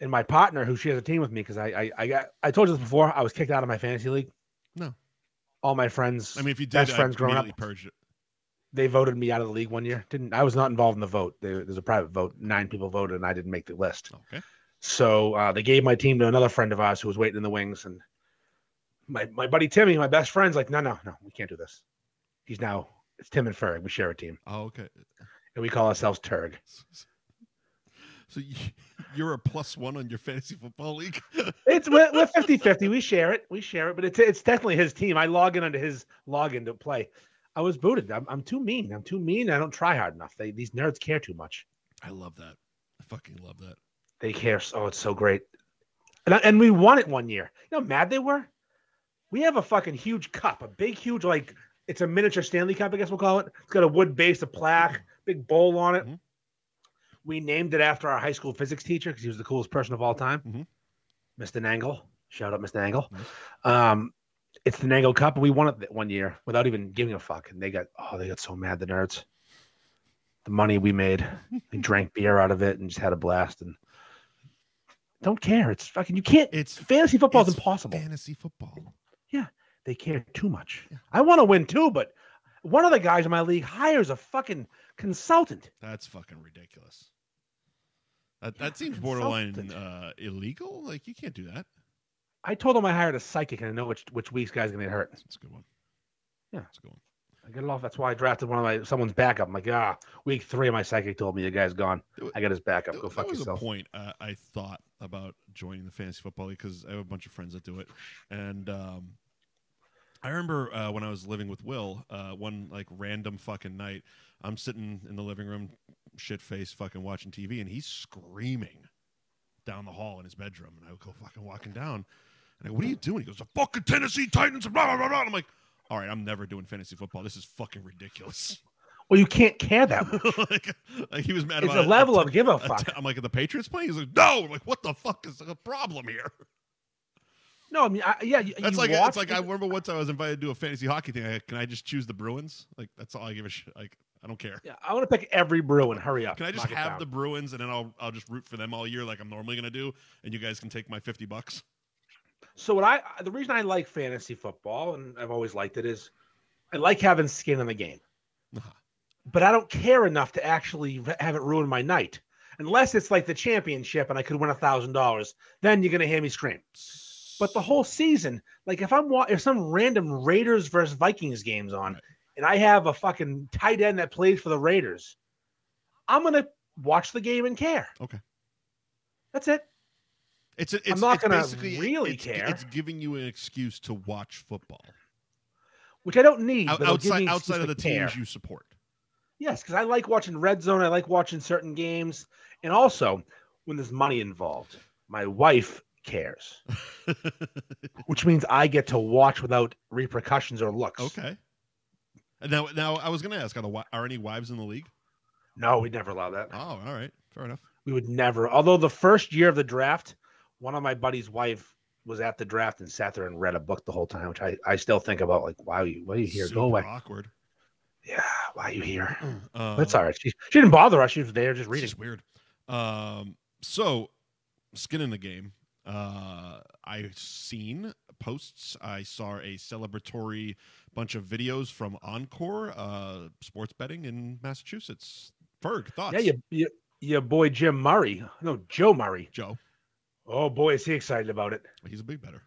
B: And my partner, who shares a team with me, because I, I I got I told you this before, I was kicked out of my fantasy league.
A: No.
B: All my friends,
A: I mean, if you did,
B: Best
A: I
B: friends growing up.
A: immediately Purged it.
B: they voted me out of the league one year. Didn't I was not involved in the vote. There, there's a private vote. Nine people voted, and I didn't make the list.
A: Okay.
B: So uh, they gave my team to another friend of ours who was waiting in the wings, and my my buddy Timmy, my best friend's like, no, no, no, we can't do this. He's now it's Tim and Ferg. We share a team,
A: Oh, okay.
B: and we call ourselves Turg.
A: So y- you're a plus one on your fantasy football league.
B: It's we're, we're 50-50. We share it. We share it, but it's it's definitely his team. I log in under his login to play. I was booted. I'm, I'm too mean. I'm too mean. I don't try hard enough. They, these nerds care too much.
A: I love that. I fucking love that.
B: They care. so- Oh, it's so great. And, I- and we won it one year. You know how mad they were? We have a fucking huge cup, a big, huge, like, it's a miniature Stanley Cup, I guess we'll call it. It's got a wood base, a plaque, big bowl on it.
A: Mhm.
B: We named it after our high school physics teacher because he was the coolest person of all time,
A: Mhm.
B: Mr. Nangle. Shout out, Mr. Nangle.
A: Nice.
B: Um, it's the Nangle Cup, and we won it that one year without even giving a fuck. And they got, oh, they got so mad, the nerds. The money we made, we drank beer out of it and just had a blast. And don't care. It's fucking, you can't.
A: It's
B: Fantasy football's
A: it's
B: impossible.
A: fantasy football.
B: they care too much.
A: Yeah.
B: I want to win too, but one of the guys in my league hires a fucking consultant.
A: That's fucking ridiculous. That,
B: Yeah,
A: that seems
B: fucking
A: borderline
B: insulted.
A: uh, illegal. Like you can't do that.
B: I told him I hired a psychic and I know which which week's guy's gonna get hurt.
A: That's a good one.
B: Yeah.
A: that's a good one.
B: I get it off. That's why I drafted one of my someone's backup. I'm like, ah, week three, my psychic told me your guy's gone.
A: There wa-
B: I got his backup.
A: There-
B: Go
A: there
B: fuck
A: was
B: yourself.
A: a point uh, I thought about joining the fantasy football league because I have a bunch of friends that do it, and um, I remember uh, when I was living with Will, uh, one like random fucking night, I'm sitting in the living room, shit faced, fucking watching TV, and he's screaming down the hall in his bedroom, and I would go fucking walking down, and I go, "What are you doing?" He goes, "The fucking Tennessee Titans." Blah blah blah. blah. And I'm like. All right, I'm never doing fantasy football. This is fucking ridiculous.
B: Well, you can't care that much.
A: like, like he was mad
B: It's
A: about
B: a level
A: of.
B: of give a
A: Uh,
B: fuck.
A: t- I'm like, are the Patriots playing? He's like, no. I'm like, what the fuck is the problem here?
B: No, I mean, I, yeah, you,
A: That's
B: you
A: like,
B: watch
A: it's like
B: it.
A: I remember once I was invited to a fantasy hockey thing. I, can I just choose the Bruins? Like, that's all I give a shit. Like, I don't care.
B: Yeah, I want to pick every brew and hurry up.
A: Can I just
B: knock it
A: have
B: down.
A: the Bruins and then I'll I'll just root for them all year like I'm normally gonna do, and you guys can take my fifty bucks.
B: So what I the reason I like fantasy football and I've always liked it is I like having skin in the game.
A: Uh-huh.
B: But I don't care enough to actually r- have it ruin my night. Unless it's like the championship and I could win a thousand dollars, then you're gonna hear me scream. But the whole season, like if I'm wa- if some random Raiders versus Vikings game's on,
A: Right.
B: and I have a fucking tight end that plays for the Raiders, I'm gonna watch the game and care.
A: Okay.
B: That's it.
A: It's a, it's,
B: not
A: it's
B: gonna
A: basically,
B: really
A: it's,
B: care.
A: It's giving you an excuse to watch football
B: Which I don't need.
A: Out-
B: but it'll give me
A: outside outside
B: an excuse
A: of the
B: to care.
A: teams you support.
B: Yes, because I like watching Red Zone. I like watching certain games, and also when there's money involved. My wife cares, which means I get to watch without repercussions or looks.
A: Okay. And Now, now I was going to ask: are, the, wi- are any wives in the league?
B: No, we'd never allow that.
A: Oh, all right, fair enough.
B: We would never. Although the first year of the draft, one of my buddies' wife was at the draft and sat there and read a book the whole time, which I, I still think about. Like, why are you? Why are you here?
A: Super
B: Go away.
A: Awkward.
B: Yeah, why are you here?
A: Uh,
B: That's all right. She, she didn't bother us. She was there
A: It's
B: just reading.
A: just weird. Um, so, skin in the game. Uh, I've seen posts. I saw a celebratory bunch of videos from Encore uh, sports betting in Massachusetts. Ferg, thoughts?
B: Yeah, your, your, your boy Jim Murray. No, Joe Murray.
A: Joe,
B: Oh boy, is he excited about it.
A: he's a big better.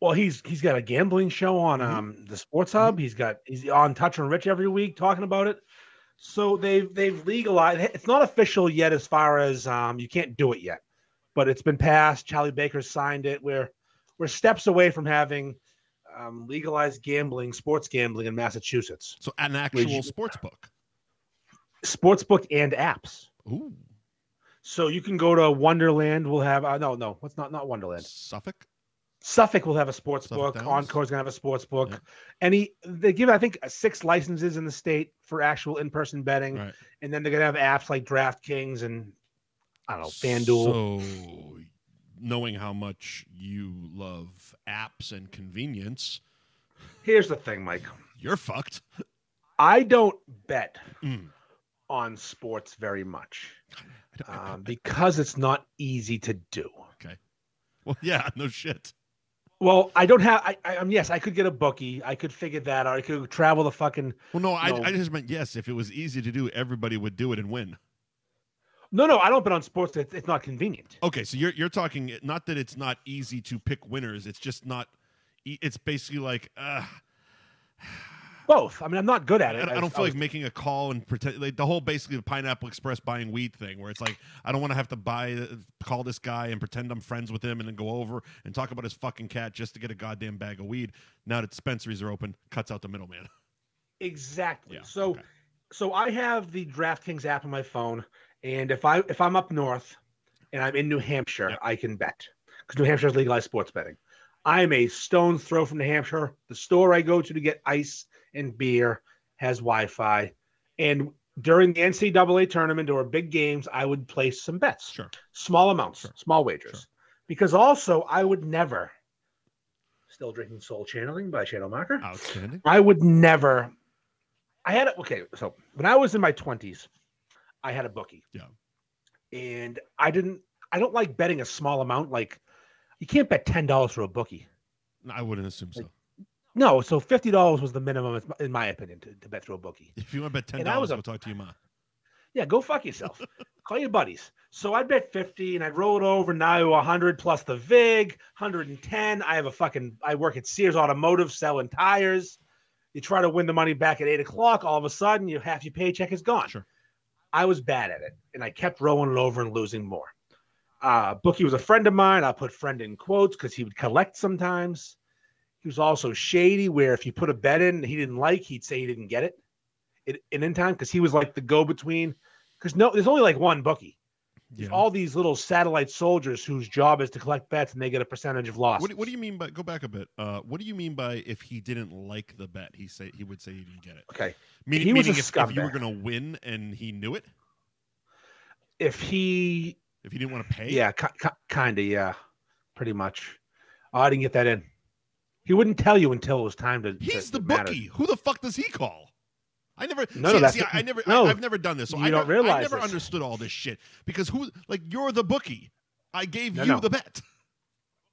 B: Well, he's he's got a gambling show on
A: Mhm.
B: um the Sports Hub. He's got he's on Touch and Rich every week talking about it. So they've they've legalized. It's not official yet, as far as um you can't do it yet, but it's been passed. Charlie Baker signed it. We're we're steps away from having um, legalized gambling, sports gambling in Massachusetts,
A: So, an actual
B: you-
A: sports book.
B: sportsbook and apps.
A: Ooh,
B: So you can go to Wonderland. We'll have uh, no, no, it's not not Wonderland.
A: Suffolk.
B: Suffolk will have a sports
A: Suffolk
B: book.
A: Downs.
B: Encore's gonna have a sports book.
A: Yep.
B: And he they give I think six licenses in the state for actual in person betting,
A: Right.
B: and then they're gonna have apps like DraftKings and I don't know FanDuel.
A: So, knowing how much you love apps and convenience,
B: Here's the thing, Mike.
A: you're fucked.
B: I don't bet
A: Mm.
B: on sports very much
A: I don't- I-
B: um, because it's not easy to do.
A: well, yeah, no shit.
B: Well, I don't have. I, I, um, yes, I could get a bookie. I could figure that out. I could travel the fucking
A: Well, no, I,
B: No.
A: I just meant yes. If it was easy to do, everybody would do it and win.
B: No, no, I don't bet on sports. It's, it's not convenient.
A: Okay, so you're you're talking not that it's not easy to pick winners. It's just not. e- It's basically like uh,
B: Both. I mean, I'm not good
A: I,
B: at it.
A: I don't
B: was-
A: feel like making a call and pretend like the whole basically the Pineapple Express buying weed thing, where it's like I don't want to have to buy uh, call this guy and pretend I'm friends with him and then go over and talk about his fucking cat just to get a goddamn bag of weed. Now that dispensaries are open, cuts out the middleman.
B: exactly.
A: Yeah,
B: so,
A: okay.
B: so I have the DraftKings app on my phone, and if I if I'm up north and I'm in New Hampshire,
A: Yep.
B: I can bet because New Hampshire has legalized sports betting. I'm a stone's throw from New Hampshire. The store I go to to get ice and beer has Wi-Fi, and during the NCAA tournament or big games, I would place some bets.
A: Sure.
B: small amounts,
A: Sure.
B: small wagers.
A: Sure.
B: Because also, I would never, still drinking Soul Channeling by Shadow Marker,
A: Outstanding.
B: I would never, I had a, okay, so when I was in my 20s, I had a bookie.
A: Yeah.
B: And I didn't, I don't like betting a small amount. Like, you can't bet $10 for a bookie.
A: I wouldn't assume so.
B: No, so $50 was the minimum, in my opinion, to, to bet through a bookie.
A: If you want to bet ten
B: And I
A: dollars,
B: was a-
A: go talk to your mom.
B: Yeah, go fuck yourself. Call your buddies. So I'd bet 50 and I'd roll it over now 100 plus the VIG, 110. I have a fucking, I work at Sears Automotive selling tires. You try to win the money back at eight o'clock. All of a sudden, you half your paycheck is gone.
A: Sure.
B: I was bad at it and I kept rolling it over and losing more. Uh, Bookie was a friend of mine. I put friend in quotes because he would collect sometimes. He was also shady, where if you put a bet in he didn't like, he'd say he didn't get it, it and in time because he was like the go between. Because no, there's only like one bookie.
A: Yeah.
B: All these little satellite soldiers whose job is to collect bets and they get a percentage of loss.
A: What, what do you mean by go back a bit? Uh, what do you mean by if he didn't like the bet, he say he would say he didn't get it?
B: Okay,
A: Meaning,
B: He was a
A: meaning if, if you were
B: scumbag.
A: going to win and he knew it,
B: if he,
A: if he didn't want to pay,
B: yeah, ki- ki- kind of, yeah, pretty much. Oh, I didn't get that in. He wouldn't tell you until it was time to.
A: he's
B: to-
A: the
B: it mattered.
A: bookie. Who the fuck does he call? I never,
B: No, no,
A: see,
B: that's-
A: see, I, I never,
B: no,
A: I, have never done this, so
B: you
A: I
B: don't
A: never, I
B: realize
A: never
B: this.
A: understood all this shit because who, like, you're the bookie. I gave
B: No,
A: you
B: no.
A: the bet.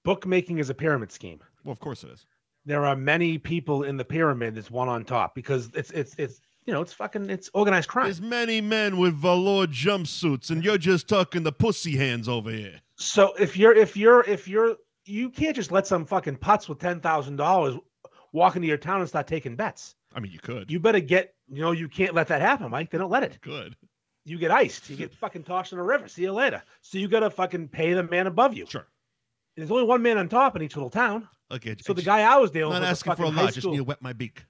B: Bookmaking is a pyramid scheme.
A: Well, of course it is.
B: there are many people in the pyramid that's one on top because it's it's it's you know it's fucking it's organized crime.
A: There's many men with velour jumpsuits, and you're just tucking the pussy hands over here.
B: So if you're if you're if you're you can't just let some fucking putz with ten thousand dollars walk into your town and start taking bets.
A: I mean, you could,
B: You better get you know you can't let that happen, Mike. They don't let it.
A: could.
B: you get iced. You get fucking tossed in a river. See you later. So you gotta fucking pay the man above you.
A: Sure.
B: There's only one man on top in each little town.
A: Okay.
B: So the
A: just-
B: guy I was dealing
A: Not
B: with was
A: asking for a
B: fucking high
A: lot. Just
B: school-
A: need to wet my beak.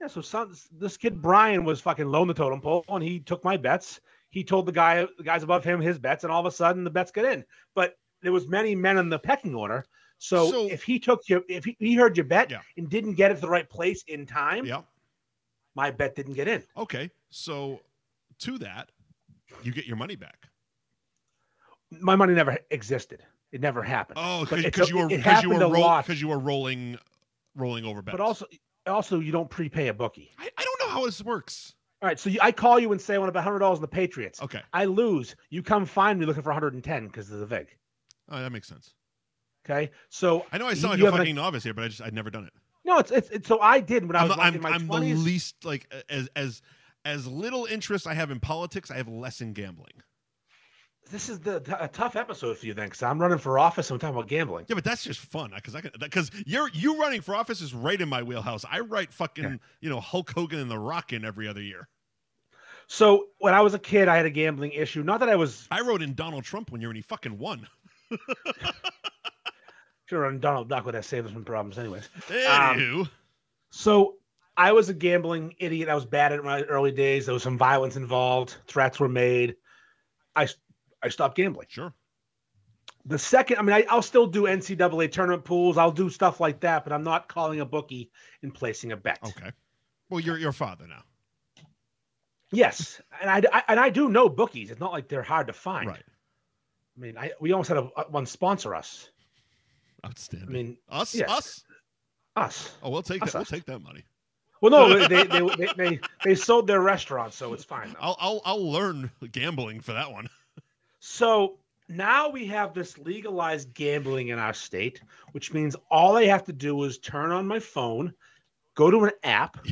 B: Yeah, so some, this kid Brian was fucking low in the totem pole, and he took my bets. He told the guy, the guys above him, his bets, and all of a sudden the bets got in. But there was many men in the pecking order. So,
A: So-
B: if he took your, if he, he heard your bet
A: Yeah.
B: and didn't get it to the right place in time,
A: Yeah.
B: my bet didn't get in.
A: Okay. So to that, you get your money back.
B: My money never existed. It never happened.
A: Oh,
B: But it's
A: because
B: a-
A: you were
B: it
A: because you
B: happened
A: were
B: a lot.
A: because you were rolling rolling over bets.
B: but also, also you don't prepay a bookie.
A: I, I don't know how this works.
B: All right, so you, I call you and say I want to bet hundred dollars in the Patriots.
A: Okay.
B: I lose. You come find me looking for 110 because of the vig.
A: Oh, that makes sense.
B: Okay, so
A: I know I
B: You-
A: sound like
B: you
A: a
B: have an-
A: fucking novice here, but I just I'd never done it.
B: No, it's it's, it's so I did when I
A: I'm,
B: was
A: the,
B: like
A: I'm,
B: in my
A: I'm the
B: twenties.
A: least like as as as little interest I have in politics, I have less in gambling.
B: this is the a tough episode for you then, because I'm running for office and I'm talking about gambling.
A: Yeah, but that's just fun because I can because you're you running for office is right in my wheelhouse. I write fucking
B: Yeah.
A: you know Hulk Hogan and The Rock in every other year.
B: So when I was a kid, I had a gambling issue. Not that I was
A: I wrote in Donald Trump when you're in he fucking won.
B: sure on Donald Duck would have saved us from problems, anyways.
A: Anywho,
B: So I was a gambling idiot. I was bad at my early days. There was some violence involved. Threats were made. I I stopped gambling.
A: sure.
B: The second, I mean, I, I'll still do NCAA tournament pools. I'll do stuff like that, but I'm not calling a bookie and placing a bet.
A: Okay. Well, you're your father now,
B: Yes, and I, I- and I do know bookies. It's not like they're hard to find.
A: right?
B: I mean, I we almost had a, a- one sponsor us. I
A: Outstanding.
B: mean,
A: us,
B: yes.
A: us.
B: us.
A: Oh, we'll take
B: Us,
A: that. We'll
B: us.
A: take that money.
B: Well, no, they they, they, they, they they sold their restaurant, so it's fine. Though.
A: I'll I'll I'll learn gambling for that one.
B: So now we have this legalized gambling in our state, which means all I have to do is turn on my phone, go to an app,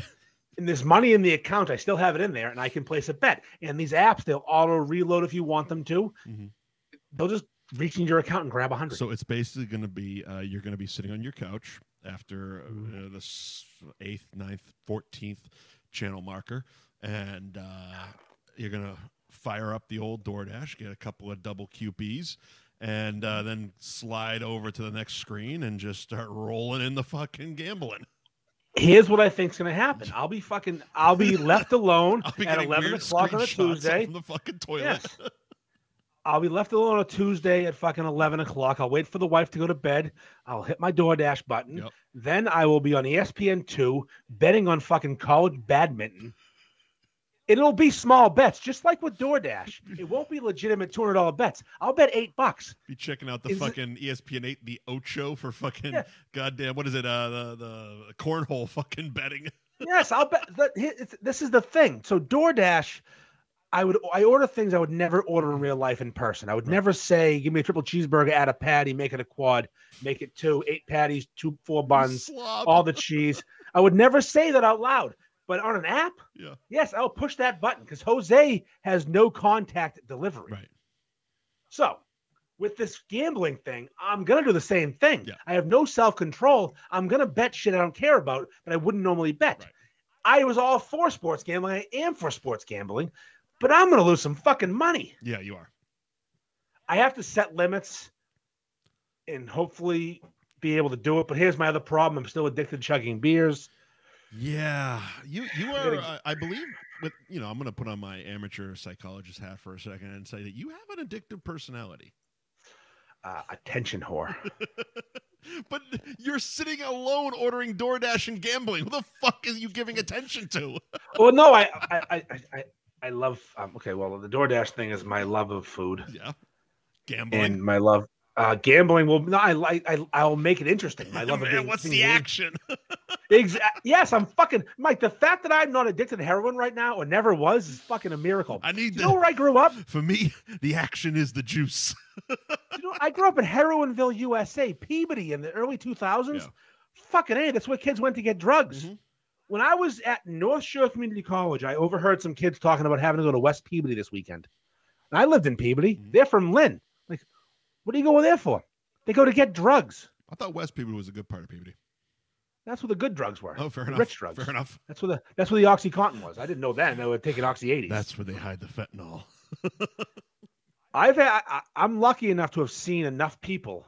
B: and there's money in the account. I still have it in there, and I can place a bet. And these apps, they'll auto reload if you want them to.
A: Mhm.
B: They'll just reach into your account and grab a hundred.
A: So it's basically going to be uh, you're going to be sitting on your couch after
B: Mm-hmm.
A: uh, the s- eighth, ninth, fourteenth channel marker, and uh, you're going to fire up the old DoorDash, get a couple of double QPs, and uh, then slide over to the next screen and just start rolling in the fucking gambling.
B: here's what I think's gonna happen. I'll be fucking. I'll be left alone
A: I'll be
B: at
A: getting
B: eleven
A: weird
B: o'clock on
A: screenshots
B: a
A: up
B: Tuesday.
A: from the fucking toilet.
B: Yes. I'll be left alone on a Tuesday at fucking eleven o'clock. I'll wait for the wife to go to bed. I'll hit my DoorDash button.
A: Yep.
B: Then I will be on E ESPN two betting on fucking college badminton. It'll be small bets, just like with DoorDash. It won't be legitimate two hundred dollar bets. I'll bet eight bucks.
A: Be checking out the
B: Is it-
A: fucking E ESPN eight, the Ocho for fucking
B: Yeah.
A: goddamn what is it? Uh, the the cornhole fucking betting.
B: Yes, I'll bet. That, he- it's- this is the thing. So DoorDash, I would I order things I would never order in real life in person. I would
A: Right.
B: never say, "Give me a triple cheeseburger, add a patty, make it a quad, make it two, eight patties, two four buns,
A: Slob.
B: all the cheese." I would never say that out loud. But on an app,
A: Yeah.
B: yes, I'll push that button because Jose has no contact delivery.
A: Right.
B: So, with this gambling thing, I'm gonna do the same thing.
A: Yeah.
B: I have no self control. I'm gonna bet shit I don't care about that I wouldn't normally bet.
A: Right.
B: I was all for sports gambling. I am for sports gambling, but I'm gonna lose some fucking money.
A: Yeah, you are.
B: I have to set limits, and hopefully be able to do it. But here's my other problem: I'm still addicted to chugging beers.
A: Yeah, you you are.
B: gotta g-
A: uh, I believe. With you know, I'm going to put on my amateur psychologist hat for a second and say that you have an addictive personality.
B: Uh, attention whore.
A: But you're sitting alone ordering DoorDash and gambling. Who the fuck is you giving attention to?
B: well, no, I, I, I, I- I, I love. Um, okay, well, the DoorDash thing is my love of food.
A: Yeah, gambling.
B: and my love uh gambling will no i like i i'll make it interesting my love of
A: Man,
B: being
A: what's the
B: being-
A: action?
B: Exa- yes i'm fucking mike the fact that i'm not addicted to heroin right now or never was is fucking a miracle
A: I need
B: you know
A: the.
B: where i grew up
A: For me, the action is the juice.
B: you know, i grew up in heroinville usa peabody in the early 2000s
A: Yeah.
B: fucking a that's where kids went to get drugs
A: Mhm.
B: when i was at north shore community college i overheard some kids talking about having to go to west peabody this weekend and i lived in peabody
A: Mhm.
B: they're from lynn like what are you going there for they go to get drugs
A: I thought West Peabody was a good part of Peabody.
B: That's where the good drugs were.
A: Oh, fair
B: the
A: enough.
B: Rich drugs.
A: Fair enough.
B: That's where the that's where the OxyContin was. I didn't know that. and I would take an Oxy 80s.
A: That's where they hide the fentanyl.
B: I've had, I, I- I'm lucky enough to have seen enough people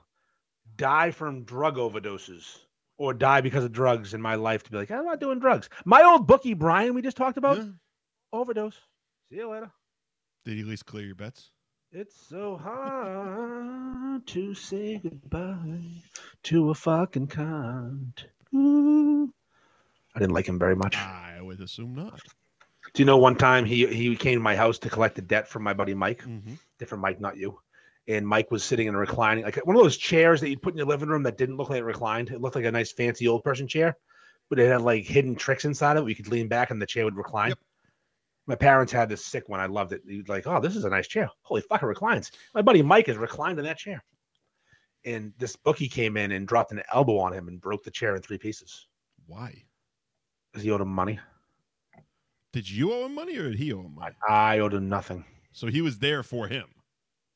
B: die from drug overdoses or die because of drugs in my life to be like, I'm not doing drugs. My old bookie Brian, we just talked about
A: Yeah.
B: overdose. See you later.
A: Did you at least clear your bets?
B: It's so hard to say goodbye to a fucking cunt. Ooh. I didn't like him very much.
A: I would assume not.
B: Do you know one time he he came to my house to collect the debt from my buddy Mike?
A: Mhm.
B: different Mike, not you. And Mike was sitting in a reclining, like one of those chairs that you'd put in your living room that didn't look like it reclined. It looked like a nice fancy old person chair, but it had like hidden tricks inside of it. You could lean back and the chair would recline.
A: Yep.
B: My parents had this sick one. I loved it. You'd like, oh, this is a nice chair. Holy fuck, it reclines. My buddy Mike is reclined in that chair. And this bookie came in and dropped an elbow on him and broke the chair in three pieces
A: Why?
B: because he owed him money.
A: Did you owe him money or did he owe him money?
B: I owed him nothing.
A: So he was there for him.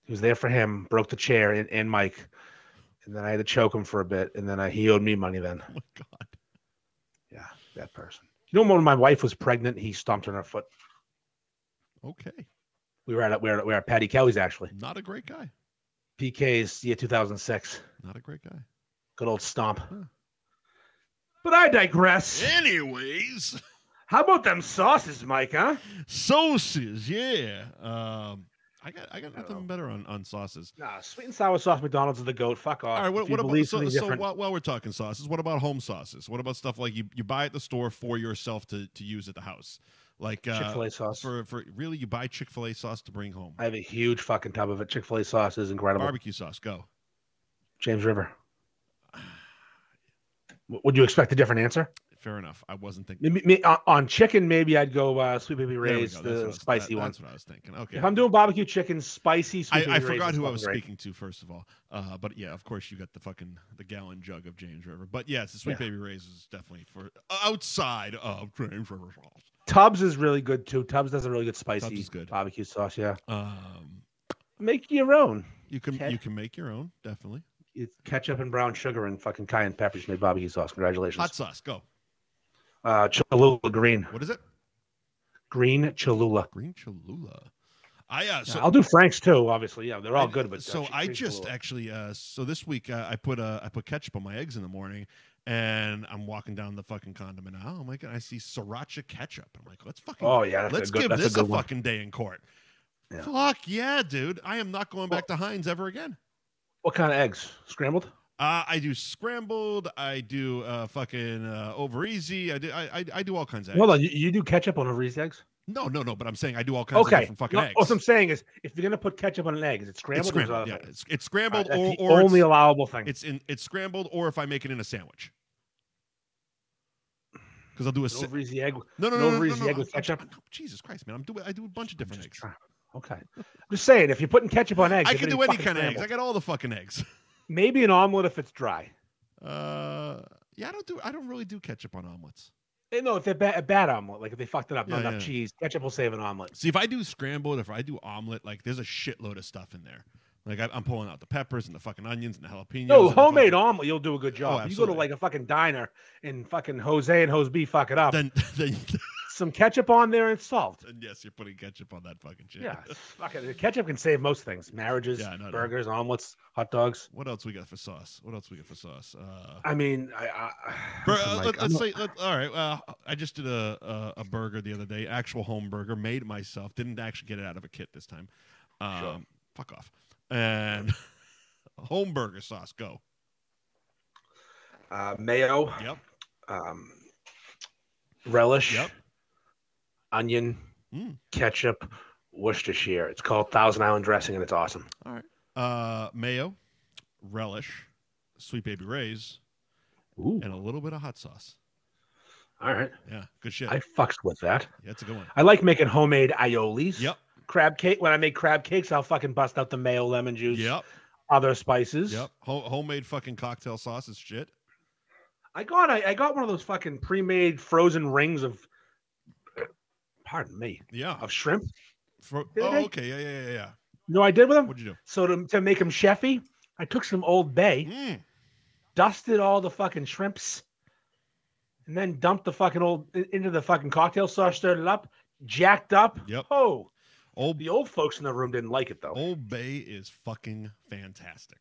B: He was there for him, broke the chair and, and Mike. And then I had to choke him for a bit. And then I, he owed me money then.
A: Oh my God.
B: Yeah, that person. You know, when my wife was pregnant, he stomped on her foot.
A: Okay.
B: We were at, a- we were, at- we were at Patty Kelly's actually.
A: Not a great guy.
B: PK's year 2006.
A: Not a great guy.
B: Good old stomp.
A: Huh.
B: But I digress.
A: Anyways,
B: How about them sauces, Mike, huh?
A: sauces. Yeah. Um, I got I got nothing
B: Uh-oh.
A: better on on sauces.
B: Nah, sweet and sour sauce McDonald's is the goat. Fuck off.
A: All right. What,
B: Uh, If you
A: what about
B: believe
A: so,
B: something
A: so
B: different-
A: while, while we're talking sauces, what about home sauces? What about stuff like you, you buy at the store for yourself to to use at the house? Like uh,
B: Chick-fil-A sauce.
A: for for really you buy Chick Fil A sauce to bring home.
B: I have a huge fucking tub of it. Chick-fil-A sauce is incredible.
A: Barbecue sauce. Go.
B: James River. W- Would you expect a different answer?
A: Fair enough. I wasn't thinking.
B: Maybe, may- on- on chicken, maybe I'd go uh, Sweet Baby
A: There we
B: Ray's,
A: go, that's what I
B: the
A: was-
B: spicy
A: that-
B: one.
A: That's what I was thinking. Okay.
B: If I'm doing barbecue chicken, spicy. Sweet
A: I, I
B: Baby Ray's
A: forgot
B: is
A: who I was
B: fucking great.
A: speaking to first of all, uh, but yeah, of course you got the fucking the gallon jug of James River. But yes, the Sweet
B: Yeah.
A: Baby Ray's is definitely for outside of James River sauce.
B: Tubbs is really good too. Tubbs does a really good spicy
A: is good.
B: barbecue sauce. Yeah,
A: Um,
B: make your own.
A: you can
B: Okay.
A: you can make your own definitely
B: It's ketchup and brown sugar and fucking cayenne peppers to make barbecue sauce. Congratulations.
A: hot sauce. Go.
B: Uh, Cholula green,
A: What is it?
B: green Cholula.
A: Green Cholula. I uh, so
B: I'll do Frank's too. Obviously, yeah, they're all
A: I-
B: good. But uh,
A: so
B: ch-
A: I
B: green
A: just
B: Cholula.
A: actually uh, so this week uh, I put uh, I put ketchup on my eggs in the morning, and I'm walking down the fucking condiment aisle. I'm like, and I see sriracha ketchup. I'm like, let's fucking
B: oh yeah, that's
A: let's
B: a good,
A: give
B: that's
A: this
B: a
A: a,
B: good one.
A: fucking day in court.
B: Yeah.
A: Fuck yeah, dude! I am not going back to Heinz ever again.
B: What kind of eggs? Scrambled?
A: Uh, I do scrambled. I do uh, fucking uh, over easy. I do. I, I, I do all kinds of.
B: Hold
A: eggs.
B: on, you, you do ketchup on Reese's eggs?
A: No, no, no. But I'm saying I do all kinds
B: Okay.
A: of different fucking
B: No,
A: eggs.
B: What I'm saying is, if you're gonna put ketchup on an egg, is it
A: It's
B: scrambled? or is it
A: scrambled.
B: other
A: Yeah,
B: thing?
A: it's, it's
B: All right,
A: scrambled
B: that's
A: or,
B: the
A: or
B: only
A: it's,
B: allowable thing.
A: it's in it's scrambled or if I make it in a sandwich. Because I'll do a
B: no
A: sa-
B: Reese's egg
A: no no
B: no
A: no no, no,
B: Reese's
A: no,
B: egg with
A: I'm-
B: ketchup?
A: I'm- no, Jesus Christ, man! I'm doing I do a bunch of different
B: Just
A: eggs.
B: try- Okay. I'm just saying, if you're putting ketchup on eggs,
A: I
B: if
A: can
B: it
A: do
B: ain't
A: any
B: fucking
A: kind of eggs. I
B: scrambled.
A: got all the fucking eggs.
B: Maybe an omelet if it's dry.
A: Uh, yeah, I don't do. I don't really do ketchup on omelets.
B: Eh, No, if they're ba- a bad omelet, like if they fucked it up, not
A: Yeah,
B: enough
A: yeah.
B: cheese, ketchup will save an omelet.
A: See, if I do scrambled, if I do omelet, like there's a shitload of stuff in there. Like I, I'm pulling out the peppers and the fucking onions and the jalapenos.
B: No,
A: and the
B: homemade
A: fucking- Oh,
B: omelet, you'll do a good job. you go to
A: absolutely.
B: like a fucking diner and fucking Jose and Jose B fuck it up.
A: Then, then,
B: Some ketchup on there and salt.
A: then yes, you're putting ketchup on that fucking shit.
B: Yeah, it's fucking ketchup can save most things: marriages,
A: Yeah, no, no.
B: burgers, omelets, hot dogs.
A: What else we got for sauce? What else we got for sauce? Uh,
B: I mean, I, I,
A: bur-
B: listen,
A: uh,
B: Mike,
A: let,
B: I'm
A: us
B: not-
A: say, let, all right. Uh, I just did a, a a burger the other day, actual home burger, made it myself. Didn't actually get it out of a kit this time. Um,
B: Sure.
A: Fuck off. And home burger sauce, go.
B: uh, mayo,
A: Yep.
B: um, relish,
A: Yep.
B: onion,
A: Mm.
B: ketchup, Worcestershire. It's called Thousand Island dressing, and it's awesome.
A: Uh, mayo, relish, sweet baby rays,
B: Ooh,
A: and a little bit of hot sauce.
B: all right,
A: Yeah, good shit.
B: I fucks with that.
A: Yeah, That's a good one.
B: I like making homemade aiolis.
A: Yep.
B: Crab cake. When I make crab cakes, I'll fucking bust out the mayo, lemon juice,
A: Yep.
B: other spices.
A: Yep. Ho- homemade fucking cocktail sauce is shit.
B: I got I, I got one of those fucking pre-made frozen rings of, pardon me,
A: Yeah.
B: of shrimp.
A: Fro-
B: The other
A: oh,
B: day-
A: okay. Yeah, yeah, yeah, yeah.
B: You know what I did with them?
A: What'd you
B: So to, to make them chefy, I took some Old Bay,
A: do? Mm.
B: dusted all the fucking shrimps, and then dumped the fucking old i- into the fucking cocktail sauce, stirred it up, jacked up.
A: Yep.
B: Oh,
A: Old
B: the old folks in the room didn't like it though.
A: Old Bay is fucking fantastic.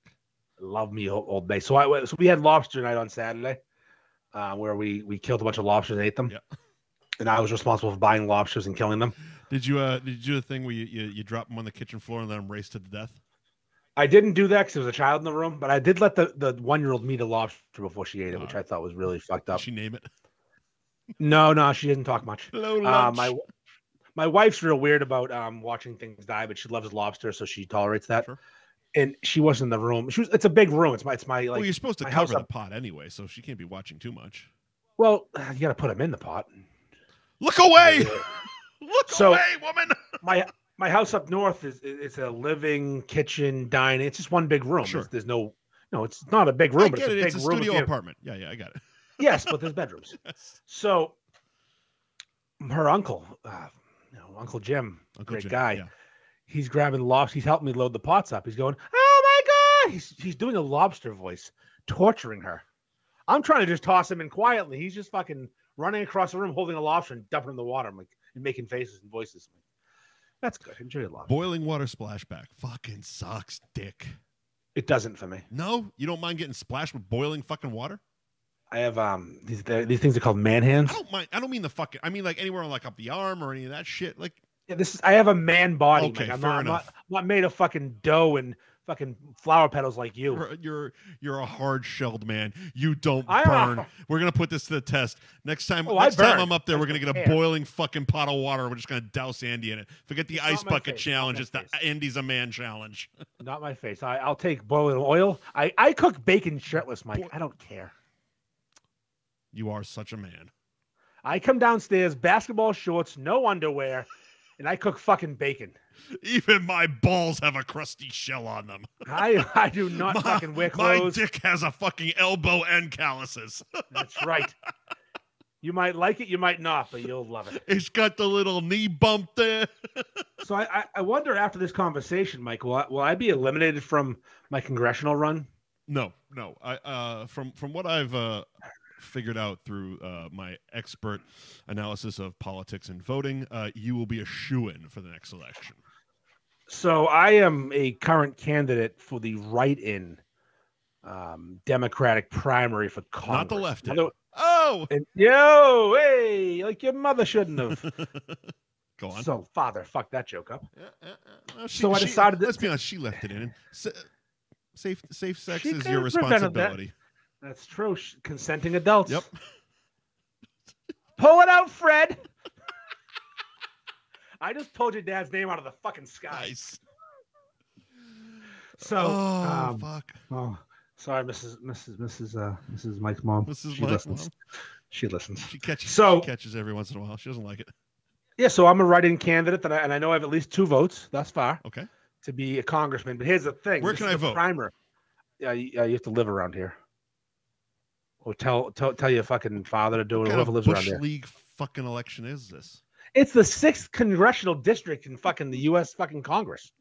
B: Love me Old, old Bay. So I so we had lobster night on Saturday, uh, where we we killed a bunch of lobsters and ate them.
A: Yep.
B: And I was responsible for buying lobsters and killing them.
A: Did you uh did you do the thing where you, you, you drop them on the kitchen floor and let them race to the death?
B: I didn't do that because there was a child in the room, but I did let the, the one year old meet a lobster before she ate it, which I thought was really fucked
A: Did
B: up.
A: she name it?
B: No, no, she didn't talk much.
A: Hello,
B: Uh,
A: lunch.
B: my my wife's real weird about um, watching things die, but she loves lobster, so she tolerates that.
A: Sure.
B: And she was in the room. She was. It's a big room. It's my. It's my like.
A: well, you're supposed to
B: my house
A: cover the
B: up-
A: pot anyway, so she can't be watching too much.
B: well, you gotta put them in the pot.
A: Look away! Look
B: So-
A: away, woman!
B: my my house up north is it's a living kitchen dining. It's just one big room.
A: Sure.
B: It's- There's no. No, it's not a big room,
A: I
B: but
A: get
B: it's a
A: it.
B: big
A: It's a
B: room. with
A: studio
B: the-
A: apartment. Yeah, yeah, I got it.
B: Yes, but there's bedrooms.
A: Yes.
B: So, her uncle, uh, you know, Uncle Jim,
A: Uncle
B: great
A: Jim,
B: guy.
A: yeah.
B: He's grabbing lobster. He's helping me load the pots up. He's going, "Oh my god!" He's he's doing a lobster voice, torturing her. I'm trying to just toss him in quietly. He's just fucking running across the room, holding a lobster and dumping it in the water. I'm like and making faces and voices. I'm like, That's good. Enjoy your lobster.
A: Boiling water splashback. Fucking sucks, dick.
B: It doesn't for me.
A: No? You don't mind getting splashed with boiling fucking water?
B: I have um these they're- these things are called man hands.
A: I don't mind. I don't mean the fucking. I mean like anywhere on like up the arm or any of that shit. Like
B: Yeah, this is I have a man body.
A: Okay,
B: Mike. I'm,
A: fair
B: not, I'm, not,
A: enough.
B: I'm not made of fucking dough and fucking flower petals like you.
A: you're you're, you're a hard shelled man. You don't
B: I am.
A: burn. We're gonna put this to the test next time.
B: Oh, I
A: next time
B: burn.
A: I'm up there,
B: I
A: we're gonna get a
B: care.
A: boiling fucking pot of water. We're just gonna douse Andy in it. Forget the
B: It's
A: ice
B: not my
A: bucket
B: face, it's not
A: challenge.
B: my
A: It's the
B: face.
A: Andy's a man challenge.
B: Not my face. I, I'll take boiling oil. I, I cook bacon shirtless, Mike.
A: Boy-
B: I don't care.
A: You are such a man.
B: I come downstairs, basketball shorts, no underwear, and I cook fucking bacon.
A: Even my balls have a crusty shell on them.
B: I I do not
A: my,
B: fucking wear
A: my
B: clothes.
A: dick has a fucking elbow and calluses.
B: That's right. You might like it, you might not, but you'll love it.
A: it's got the little knee bump there.
B: So I, I, I wonder after this conversation, Mike, will I, will I be eliminated from my congressional run?
A: No, no. I uh, from from what I've uh, figured out through uh, my expert analysis of politics and voting, uh, you will be a shoe in for the next election.
B: So I am a current candidate for the right-in um, Democratic primary for Congress.
A: Not the left.
B: Another-
A: Oh,
B: and- yo, hey, like your mother shouldn't have.
A: go on.
B: so father, fuck that joke up.
A: Uh, uh, uh, well, she-
B: So I
A: she-
B: decided that-
A: Let's be honest. She left it in. Sa- safe, safe sex
B: She
A: is
B: could
A: your
B: have prevented that.
A: responsibility.
B: That's true. Sh- Consenting adults.
A: Yep.
B: Pull it out, Fred. I just pulled your dad's name out of the fucking sky.
A: Nice.
B: So,
A: oh
B: um,
A: fuck.
B: oh, sorry, Mrs. Mrs. Mrs. Uh, Mrs. Mike's mom.
A: Mrs.
B: She
A: Mike's
B: listens.
A: mom.
B: She listens.
A: She catches.
B: So-
A: she catches every once in a while. She doesn't like it.
B: Yeah, so I'm a write-in candidate, that I, and I know I have at least two votes thus far
A: Okay.
B: to be a congressman. But here's the thing:
A: Where
B: this
A: can
B: is
A: I
B: a
A: vote?
B: Primer. Yeah, you, uh, you have to live around here. Or tell tell tell your fucking father to do it.
A: What
B: or
A: kind of
B: Whoever lives around
A: Bush
B: here.
A: League fucking election is this?
B: It's the sixth congressional district in fucking the U.S. fucking Congress.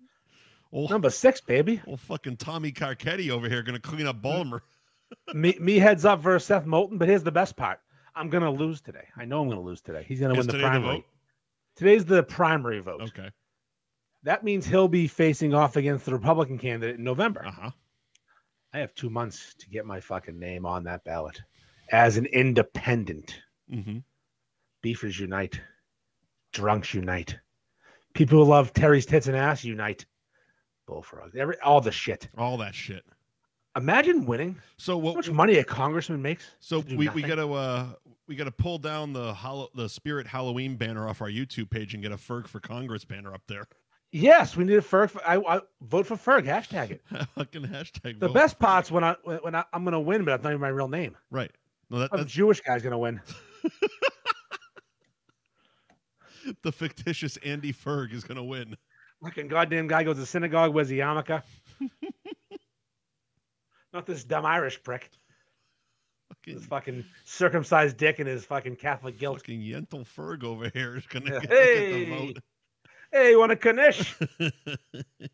A: Oh,
B: Number six, baby.
A: Well, fucking Tommy Carcetti over here gonna clean up Ballmer.
B: me, me heads up versus Seth Moulton. But here's the best part: I'm gonna lose today. I know I'm gonna lose today. He's gonna
A: Is
B: win the
A: today the
B: primary.
A: vote?
B: Today's the primary vote.
A: Okay.
B: That means he'll be facing off against the Republican candidate in November.
A: Uh huh.
B: I have two months to get my fucking name on that ballot as an independent.
A: Mm-hmm.
B: Beefers unite, drunks unite, people who love Terry's tits and ass unite, bullfrogs, every all the shit.
A: All that shit.
B: Imagine winning
A: So
B: how
A: what?
B: much money a congressman makes.
A: So
B: to do
A: we, we
B: nothing?
A: gotta uh we gotta pull down the hollow the spirit Halloween banner off our YouTube page and get a Ferg for Congress banner up there.
B: Yes, we need a Ferg. I, I vote for Ferg. Hashtag it.
A: fucking hashtag.
B: The
A: vote
B: best
A: Ferg.
B: part's when I when when I, I'm gonna win, but it's not even my real name.
A: Right. No, that,
B: Some
A: that's
B: Jewish guy's gonna win.
A: the fictitious Andy Ferg is gonna win.
B: Fucking goddamn guy goes to synagogue, wears a yarmulke. Not this dumb Irish prick.
A: Fucking,
B: This fucking circumcised dick and his fucking Catholic guilt.
A: fucking Yentl Ferg over here is gonna
B: Yeah.
A: get,
B: Hey.
A: get
B: Hey, you want a Kanish?
A: the vote.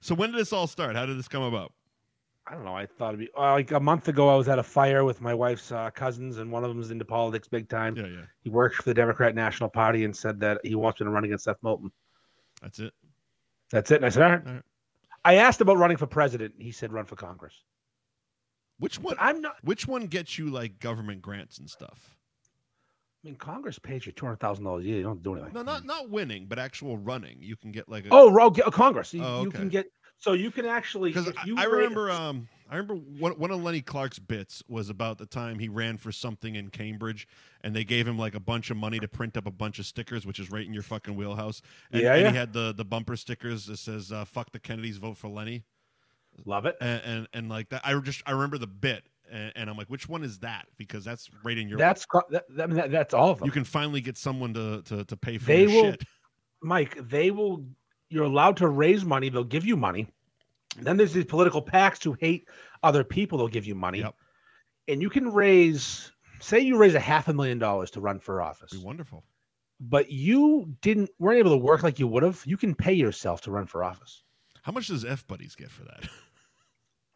A: so when did this all start? How did this come about?
B: I don't know. I thought it'd be uh, like a month ago. I was at a fire with my wife's uh, cousins, and one of them's into politics big time.
A: Yeah, yeah.
B: He works for the Democrat National Party and said that he wants me to run against Seth Moulton.
A: That's it.
B: That's it. And I said, all right.
A: All right.
B: I asked about running for president. He said, run for Congress.
A: Which one?
B: But I'm not.
A: Which one gets you like government grants and stuff?
B: I mean, Congress pays you two hundred thousand dollars a year. You don't do anything.
A: No, not not winning, but actual running. You can get like a
B: Oh, Ro- get- Congress. You,
A: Oh,
B: you
A: okay.
B: can get. So you can actually.
A: because
B: if you
A: I
B: were-
A: remember um I remember one, one of Lenny Clark's bits was about the time he ran for something in Cambridge and they gave him like a bunch of money to print up a bunch of stickers, which is right in your fucking wheelhouse. And,
B: Yeah,
A: and
B: yeah.
A: he had the the bumper stickers that says uh, "fuck the Kennedys, vote for Lenny,"
B: Love it.
A: and and, and like that. I just I remember the bit, and, and I'm like, which one is that? Because that's right in your.
B: That's co- that, that- I mean, that- that's all of them.
A: you can finally get someone to to, to pay for
B: They
A: your
B: will-
A: shit.
B: Mike, they will. You're allowed to raise money. They'll give you money. Then there's these political PACs who hate other people. They'll give you money,
A: Yep.
B: and you can raise. Say you raise a half a million dollars to run for office,
A: Be wonderful.
B: but you didn't weren't able to work like you would have. You can pay yourself to run for office.
A: How much does F buddies get for that?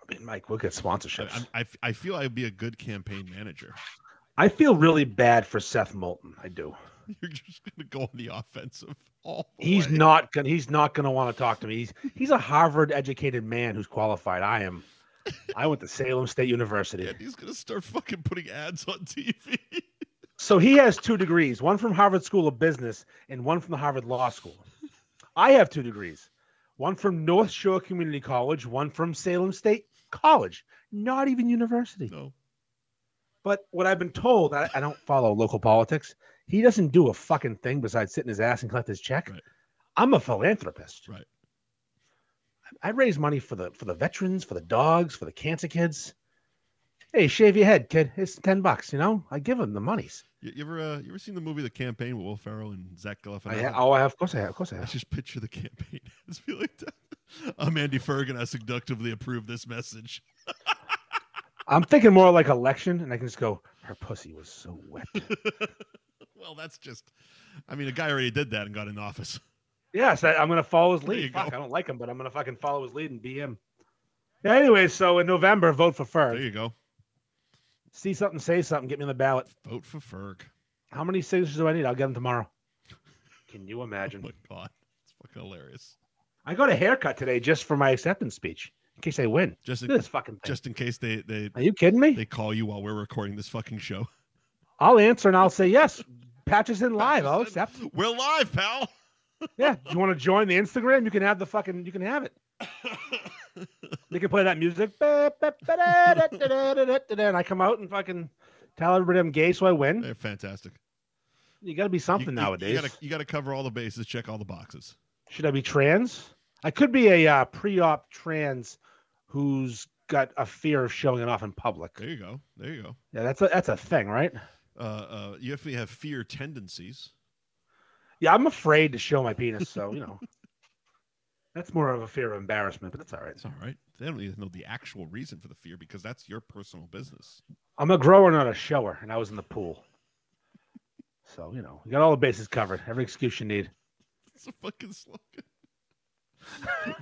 B: I mean, Mike, we'll get sponsorships.
A: I, I, I feel I'd be a good campaign manager.
B: I feel really bad for Seth Moulton. I do.
A: You're just gonna go on the offensive. All the
B: He's
A: way.
B: not gonna. He's not gonna want to talk to me. He's he's a Harvard-educated man who's qualified. I am. I went to Salem State University.
A: And he's gonna start fucking putting ads on TV.
B: So he has two degrees, one from Harvard School of Business and one from the Harvard Law School. I have two degrees, one from North Shore Community College, one from Salem State College, not even university.
A: no,
B: But what I've been told, I, I don't follow local politics. He doesn't do a fucking thing besides sit in his ass and collect his check.
A: Right.
B: I'm a philanthropist.
A: Right.
B: I, I raise money for the for the veterans, for the dogs, for the cancer kids. Hey, shave your head, kid. It's ten bucks. You know, I give him the monies.
A: you, you ever uh, you ever seen the movie The Campaign with Will Ferrell and Zach
B: I
A: Galifianakis?
B: ha- oh, I have, of course I have. Of course I
A: I
B: have.
A: just picture the campaign ads be like that. I'm Andy Ferg and I seductively approve this message.
B: I'm thinking more like election, and I can just go, her pussy was so wet.
A: well, that's just. I mean, a guy already did that and got in office.
B: yes, I, I'm going to follow his
A: There you
B: lead. Fuck,
A: go.
B: I don't like him, but I'm going to fucking follow his lead and be him. Yeah, anyway, so in November, vote for
A: There
B: Ferg.
A: you go.
B: See something, say something, get me on the ballot.
A: Vote for Ferg.
B: How many signatures do I need? I'll get them tomorrow. Can you
A: Oh
B: imagine?
A: my god, it's fucking hilarious.
B: I got a haircut today just for my acceptance speech in case I win.
A: Just
B: Look at
A: in,
B: this fucking thing.
A: just in case they they
B: Are you kidding me?
A: they call you while we're recording this fucking show.
B: I'll answer and I'll say yes. Patchison live. I'll
A: Patterson,
B: accept.
A: We're live, pal.
B: Yeah. You want to join the Instagram? You can have the fucking. You can have it. They can play that music. Ba- ba- ba- da- da- da- da- da- da- da- da, And I come out and fucking tell everybody I'm gay, so I win.
A: They're fantastic.
B: You got to be
A: You-
B: something
A: you-
B: nowadays.
A: You gotta, you gotta cover all the bases, check all the boxes.
B: Should I be trans? I could be a uh, pre op trans who's got a fear of showing it off in public.
A: There you go. There you go.
B: Yeah, that's a, that's a thing, right?
A: Uh, uh, you definitely have fear tendencies.
B: Yeah, I'm afraid to show my penis, so, you know. That's more of a fear of embarrassment, but that's all right.
A: It's all right. They don't even know the actual reason for the fear because that's your personal business.
B: I'm a grower, not a shower, and I was in the pool. So, you know, you got all the bases covered, every excuse you need.
A: It's a fucking slogan.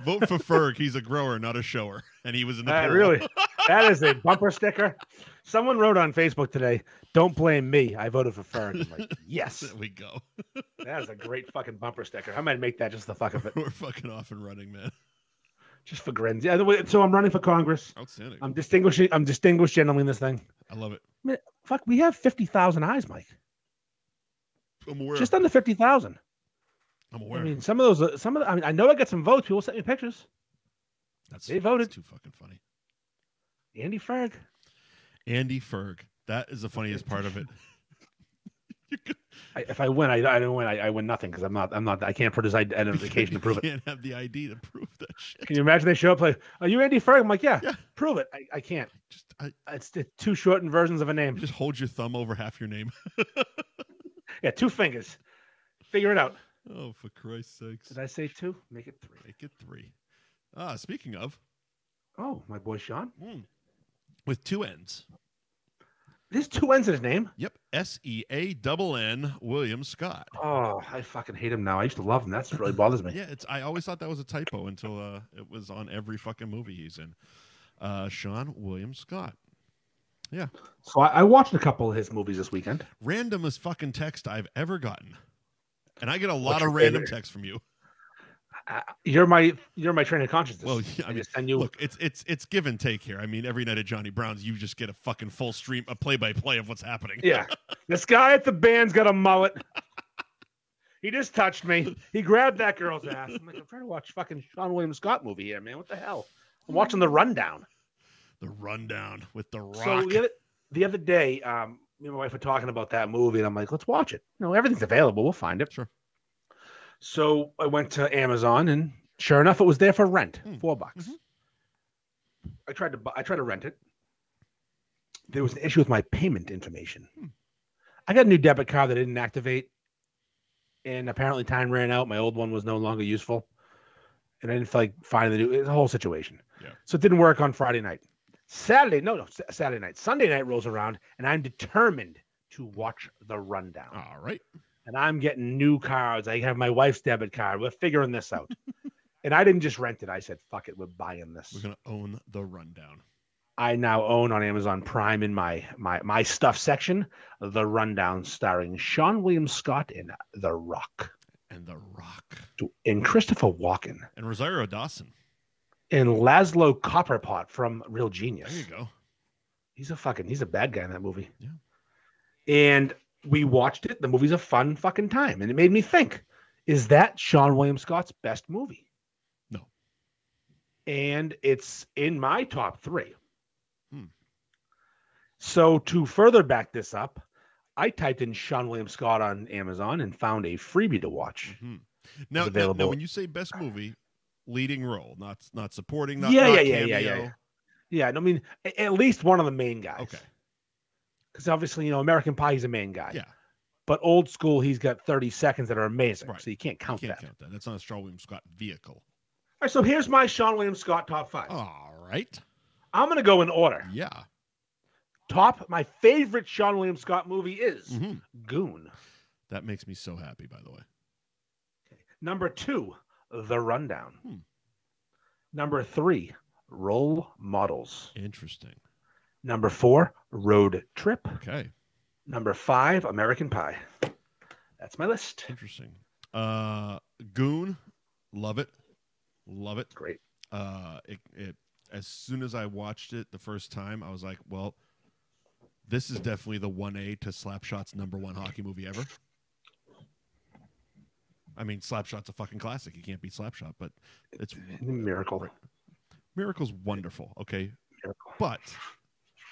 A: Vote for Ferg. He's a grower, not a shower, and he was in the
B: Uh,
A: pool.
B: really, that is a bumper sticker. Someone wrote on Facebook today, "Don't blame me. I voted for Ferg." I'm like, yes,
A: There we go.
B: that is a great fucking bumper sticker. I might make that just the fuck of it,
A: We're fucking off and running, man.
B: just for grins. Yeah. the way- So I'm running for Congress.
A: Outstanding.
B: I'm distinguishing. I'm distinguished gentleman in this thing.
A: I love it.
B: Fuck, we have fifty thousand eyes, Mike.
A: I'm aware.
B: Just under fifty thousand.
A: I'm
B: I
A: aware.
B: mean, some of those. are- Some of. The, I mean, I know I got some votes. People sent me pictures.
A: that's,
B: they voted.
A: that's too fucking funny.
B: Andy Ferg.
A: Andy Ferg. That is the funniest part of it. you could-
B: I, if I win, I, I don't win. I, I win nothing because I'm not. I'm not. I can't produce identification to prove it.
A: You can't have the ID to prove that shit.
B: Can you imagine they show up like, "Are you Andy Ferg?" I'm like, "Yeah,
A: Yeah.
B: prove it." I, I can't.
A: Just, I,
B: It's the two shortened versions of a
A: you
B: name.
A: just hold your thumb over half your name.
B: Yeah, two fingers. Figure it out.
A: Oh, for Christ's sakes!
B: Did I say two? Make it three.
A: Make it three. Ah, speaking of,
B: Oh, my boy Sean.
A: mm, with two N's.
B: There's two N's in his name.
A: Yep, S E A double N William Scott.
B: Oh, I fucking hate him now. I used to love him. That's what really bothers me.
A: Yeah, it's. I always thought that was a typo until uh, it was on every fucking movie he's in. uh, Sean William Scott.
B: So I, I watched a couple of his movies this weekend.
A: Randomest fucking text I've ever gotten. And I get a lot
B: your
A: of random
B: favorite?
A: texts from you.
B: Uh, you're my you're my train of consciousness.
A: Well, yeah, I mean,
B: just send you
A: Look, it's it's it's give and take here. I mean, every night at Johnny Brown's, you just get a fucking full stream, a play by play of what's happening.
B: Yeah. This guy at the band's got a mullet. He just touched me. He grabbed that girl's ass. I'm like, I'm trying to watch fucking Sean William Scott movie here, man. What the hell? I'm watching the rundown.
A: The rundown with the rock.
B: So the other, the other day, um, me and my wife were talking about that movie, and I'm like, let's watch it. You know, everything's available. We'll find it.
A: Sure.
B: So I went to Amazon, and sure enough, it was there for rent,
A: Hmm. Mm-hmm.
B: four bucks.
A: Mhm.
B: I tried to bu- I tried to rent it. There was an issue with my payment information.
A: Hmm.
B: I got a new debit card that didn't activate, and apparently time ran out. My old one was no longer useful, and I didn't like find the new. It's a whole situation.
A: Yeah.
B: So it didn't work on Friday night. Saturday, no, no, Sa- Saturday night. Sunday night rolls around, and I'm determined to watch the rundown
A: All right.
B: and I'm getting new cards. I have my wife's debit card. We're figuring this out. and I didn't just rent it. I said, fuck it, we're buying this.
A: We're gonna own the rundown.
B: I now own on Amazon Prime in my my my stuff section, the rundown starring Sean William Scott in The Rock
A: And the rock.
B: and Christopher Walken
A: And Rosario Dawson.
B: and Laszlo Copperpot from Real
A: There
B: Genius.
A: you go.
B: He's a fucking he's a bad guy in that movie.
A: Yeah.
B: And we watched it. The movie's a fun fucking time. And it made me think, is that Sean William Scott's best movie?
A: No.
B: And it's in my top three.
A: Hmm.
B: So to further back this up, I typed in Sean William Scott on Amazon and found a freebie to watch.
A: Mhm. Now, now, now,
B: available.
A: when you say best movie, leading role, not not supporting, not,
B: Yeah,
A: not
B: yeah, yeah, yeah, yeah,
A: cameo.
B: Yeah, I mean a- at least one of the main guys.
A: Okay.
B: Because obviously, you know, American Pie is a main guy.
A: Yeah.
B: But old school, he's got 30 seconds that are amazing.
A: Right.
B: So you can't count
A: Can't
B: that.
A: count that. That's not a Straw William Scott vehicle.
B: All right, so here's my Sean William Scott top five.
A: All right.
B: I'm gonna go in order.
A: Oh. Yeah.
B: Top, my favorite Sean William Scott movie is
A: Mhm.
B: Goon.
A: That makes me so happy, by the way.
B: Number two, The Rundown.
A: Hmm.
B: Number three, Role Models.
A: Interesting.
B: Number four, Road Trip.
A: Okay.
B: Number five, American Pie. That's my list.
A: Interesting. Uh Goon, love it. Love it.
B: Great.
A: Uh it, it as soon as I watched it the first time, I was like, well, this is definitely the 1A to Slapshot's number one hockey movie ever. I mean, Slapshot's a fucking classic. You can't beat Slapshot, but it's
B: Miracle.
A: Right. Miracle's wonderful, okay?
B: Miracle.
A: But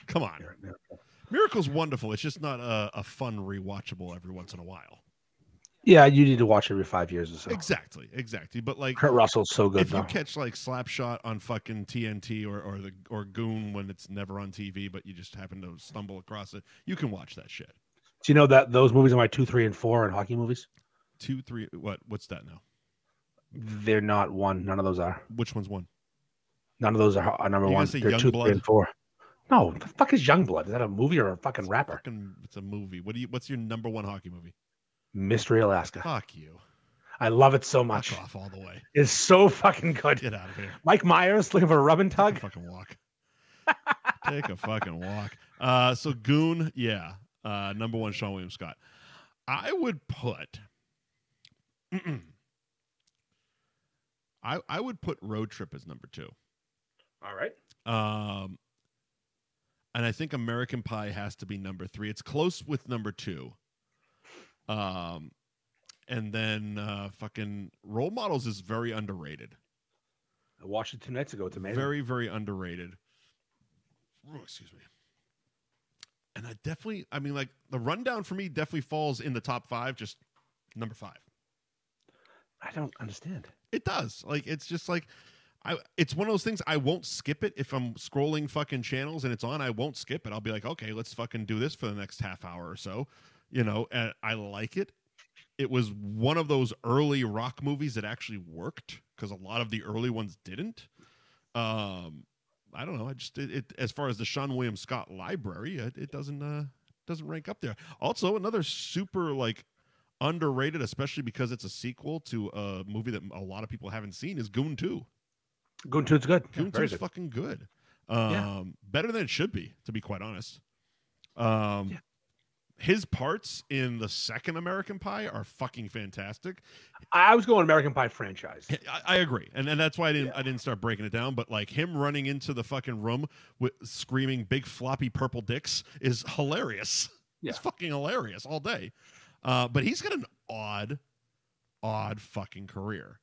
A: come on.
B: Mir- Miracle.
A: Miracle's wonderful. It's just not a, a fun rewatchable every once in a while.
B: Yeah, you need to watch every five years or so.
A: Exactly, exactly. But like,
B: Kurt Russell's so good
A: if you
B: though.
A: catch like Slapshot on fucking TNT or or the or Goon when it's never on TV, but you just happen to stumble across it, you can watch that shit.
B: Do you know that those movies are my two, three, and four in hockey movies?
A: Two, three, what? What's that now?
B: They're not one. None of those are.
A: Which one's one?
B: None of those are, are number
A: You gonna
B: one.
A: say
B: They're two,
A: Youngblood?
B: three, and four. No, the fuck is Youngblood? Is that a movie or a fucking rapper?
A: Fucking, it's a movie. What do you? What's your number one hockey movie?
B: Mystery Alaska.
A: Fuck you.
B: I love it so
A: Fuck
B: much.
A: off all the way.
B: It's so fucking good.
A: Get out of here.
B: Mike Myers looking for a rub and
A: Take a
B: tug.
A: fucking walk. Take a fucking walk. Uh, so Goon, yeah, uh, number one, Sean William Scott. I would put, I I would put Road Trip as number two.
B: All right.
A: Um, and I think American Pie has to be number three. It's close with number two. Um, and then uh, fucking Role Models is very underrated.
B: I watched it two nights ago. It's amazing.
A: Very, very underrated. Oh, excuse me. And I definitely, I mean, like the rundown for me definitely falls in the top five, just number five.
B: I don't understand.
A: It does. Like it's just like, I. It's one of those things I won't skip it if I'm scrolling fucking channels and it's on. I won't skip it. I'll be like, okay, let's fucking do this for the next half hour or so. You know, and I like it. It was one of those early rock movies that actually worked because a lot of the early ones didn't. Um, I don't know. I just it, it as far as the Sean William Scott library, it, it doesn't uh doesn't rank up there. Also, another super like underrated, especially because it's a sequel to a movie that a lot of people haven't seen, is Goon Two.
B: Goon Two's good. Yeah,
A: Goon
B: very
A: Two's
B: good.
A: fucking good. Um,
B: Yeah.
A: Better than it should be, to be quite honest. Um,
B: Yeah.
A: His parts in the second American Pie are fucking fantastic.
B: I was going American Pie franchise.
A: I, I agree, and and that's why I didn't I didn't start breaking it down. But like him running into the fucking room with screaming "big floppy purple dicks" is hilarious. It's
B: Yeah.
A: fucking hilarious all day. Uh, but he's got an odd, odd fucking career.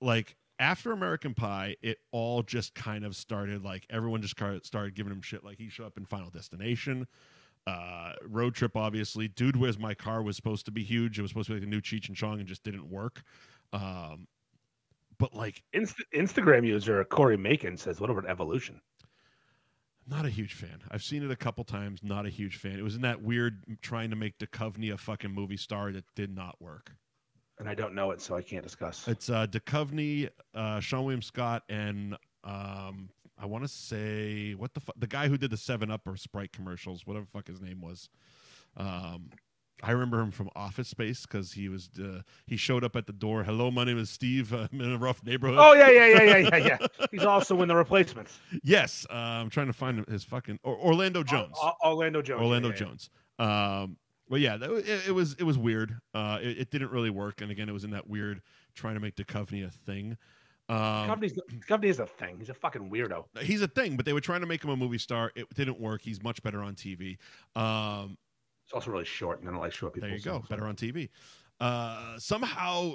A: Like after American Pie, it all just kind of started. Like everyone just car- started giving him shit. Like he showed up in Final Destination. Uh, road trip, obviously. Dude, where's my car was supposed to be huge. It was supposed to be like the new Cheech and Chong, and just didn't work. Um, but like,
B: Inst- Instagram user Corey Macon says, "What about evolution?"
A: not a huge fan. I've seen it a couple times. Not a huge fan. It was in that weird trying to make Duchovny a fucking movie star that did not work.
B: And I don't know it, so I can't discuss.
A: It's uh, Duchovny, uh, Sean William Scott, and um, I want to say what the fu- the guy who did the Seven Up or Sprite commercials, whatever the fuck his name was. Um, I remember him from Office Space because he was uh, he showed up at the door. Hello, my name is Steve. I'm in a rough neighborhood.
B: Oh yeah, yeah, yeah, yeah, yeah, yeah. He's also in the replacements.
A: Yes, uh, I'm trying to find his fucking or, Orlando Jones.
B: O- O- Orlando Jones.
A: Orlando
B: Oh, yeah, yeah, yeah.
A: Jones. Um, but yeah, that, wa- it, it was it was weird. Uh, it, it didn't really work, and again, it was in that weird trying to make Duchovny a thing. Um,
B: Company's, company's a thing. He's a fucking weirdo.
A: he's a thing, but they were trying to make him a movie star. It didn't work. He's much better on TV. Um,
B: It's also really short, and I don't like short people.
A: there you
B: so-
A: go, better on TV. Uh, somehow,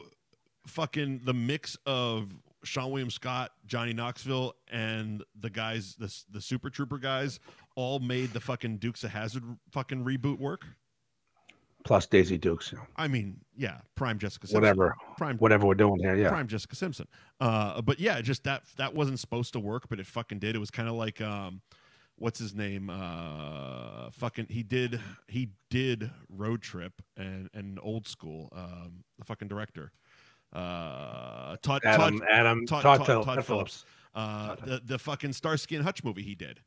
A: fucking the mix of Sean William Scott, Johnny Knoxville, and the guys, the the Super Trooper guys, all made the fucking Dukes of Hazard fucking reboot work.
B: Plus Daisy Dukes, you know,
A: I mean, yeah, prime Jessica Simpson,
B: whatever,
A: prime
B: whatever we're doing here. Yeah,
A: prime Jessica Simpson. Uh, but yeah, just that that wasn't supposed to work, but it fucking did. It was kind of like um, what's his name? Uh, fucking he did he did Road Trip and and Old School. Um, the fucking director, uh, Todd
B: Adam,
A: Todd,
B: Adam,
A: Todd-
B: Todd,
A: Todd-
B: Todd,
A: Todd Phillips.
B: Phillips.
A: uh,
B: Todd.
A: the the fucking Starsky and Hutch movie he did.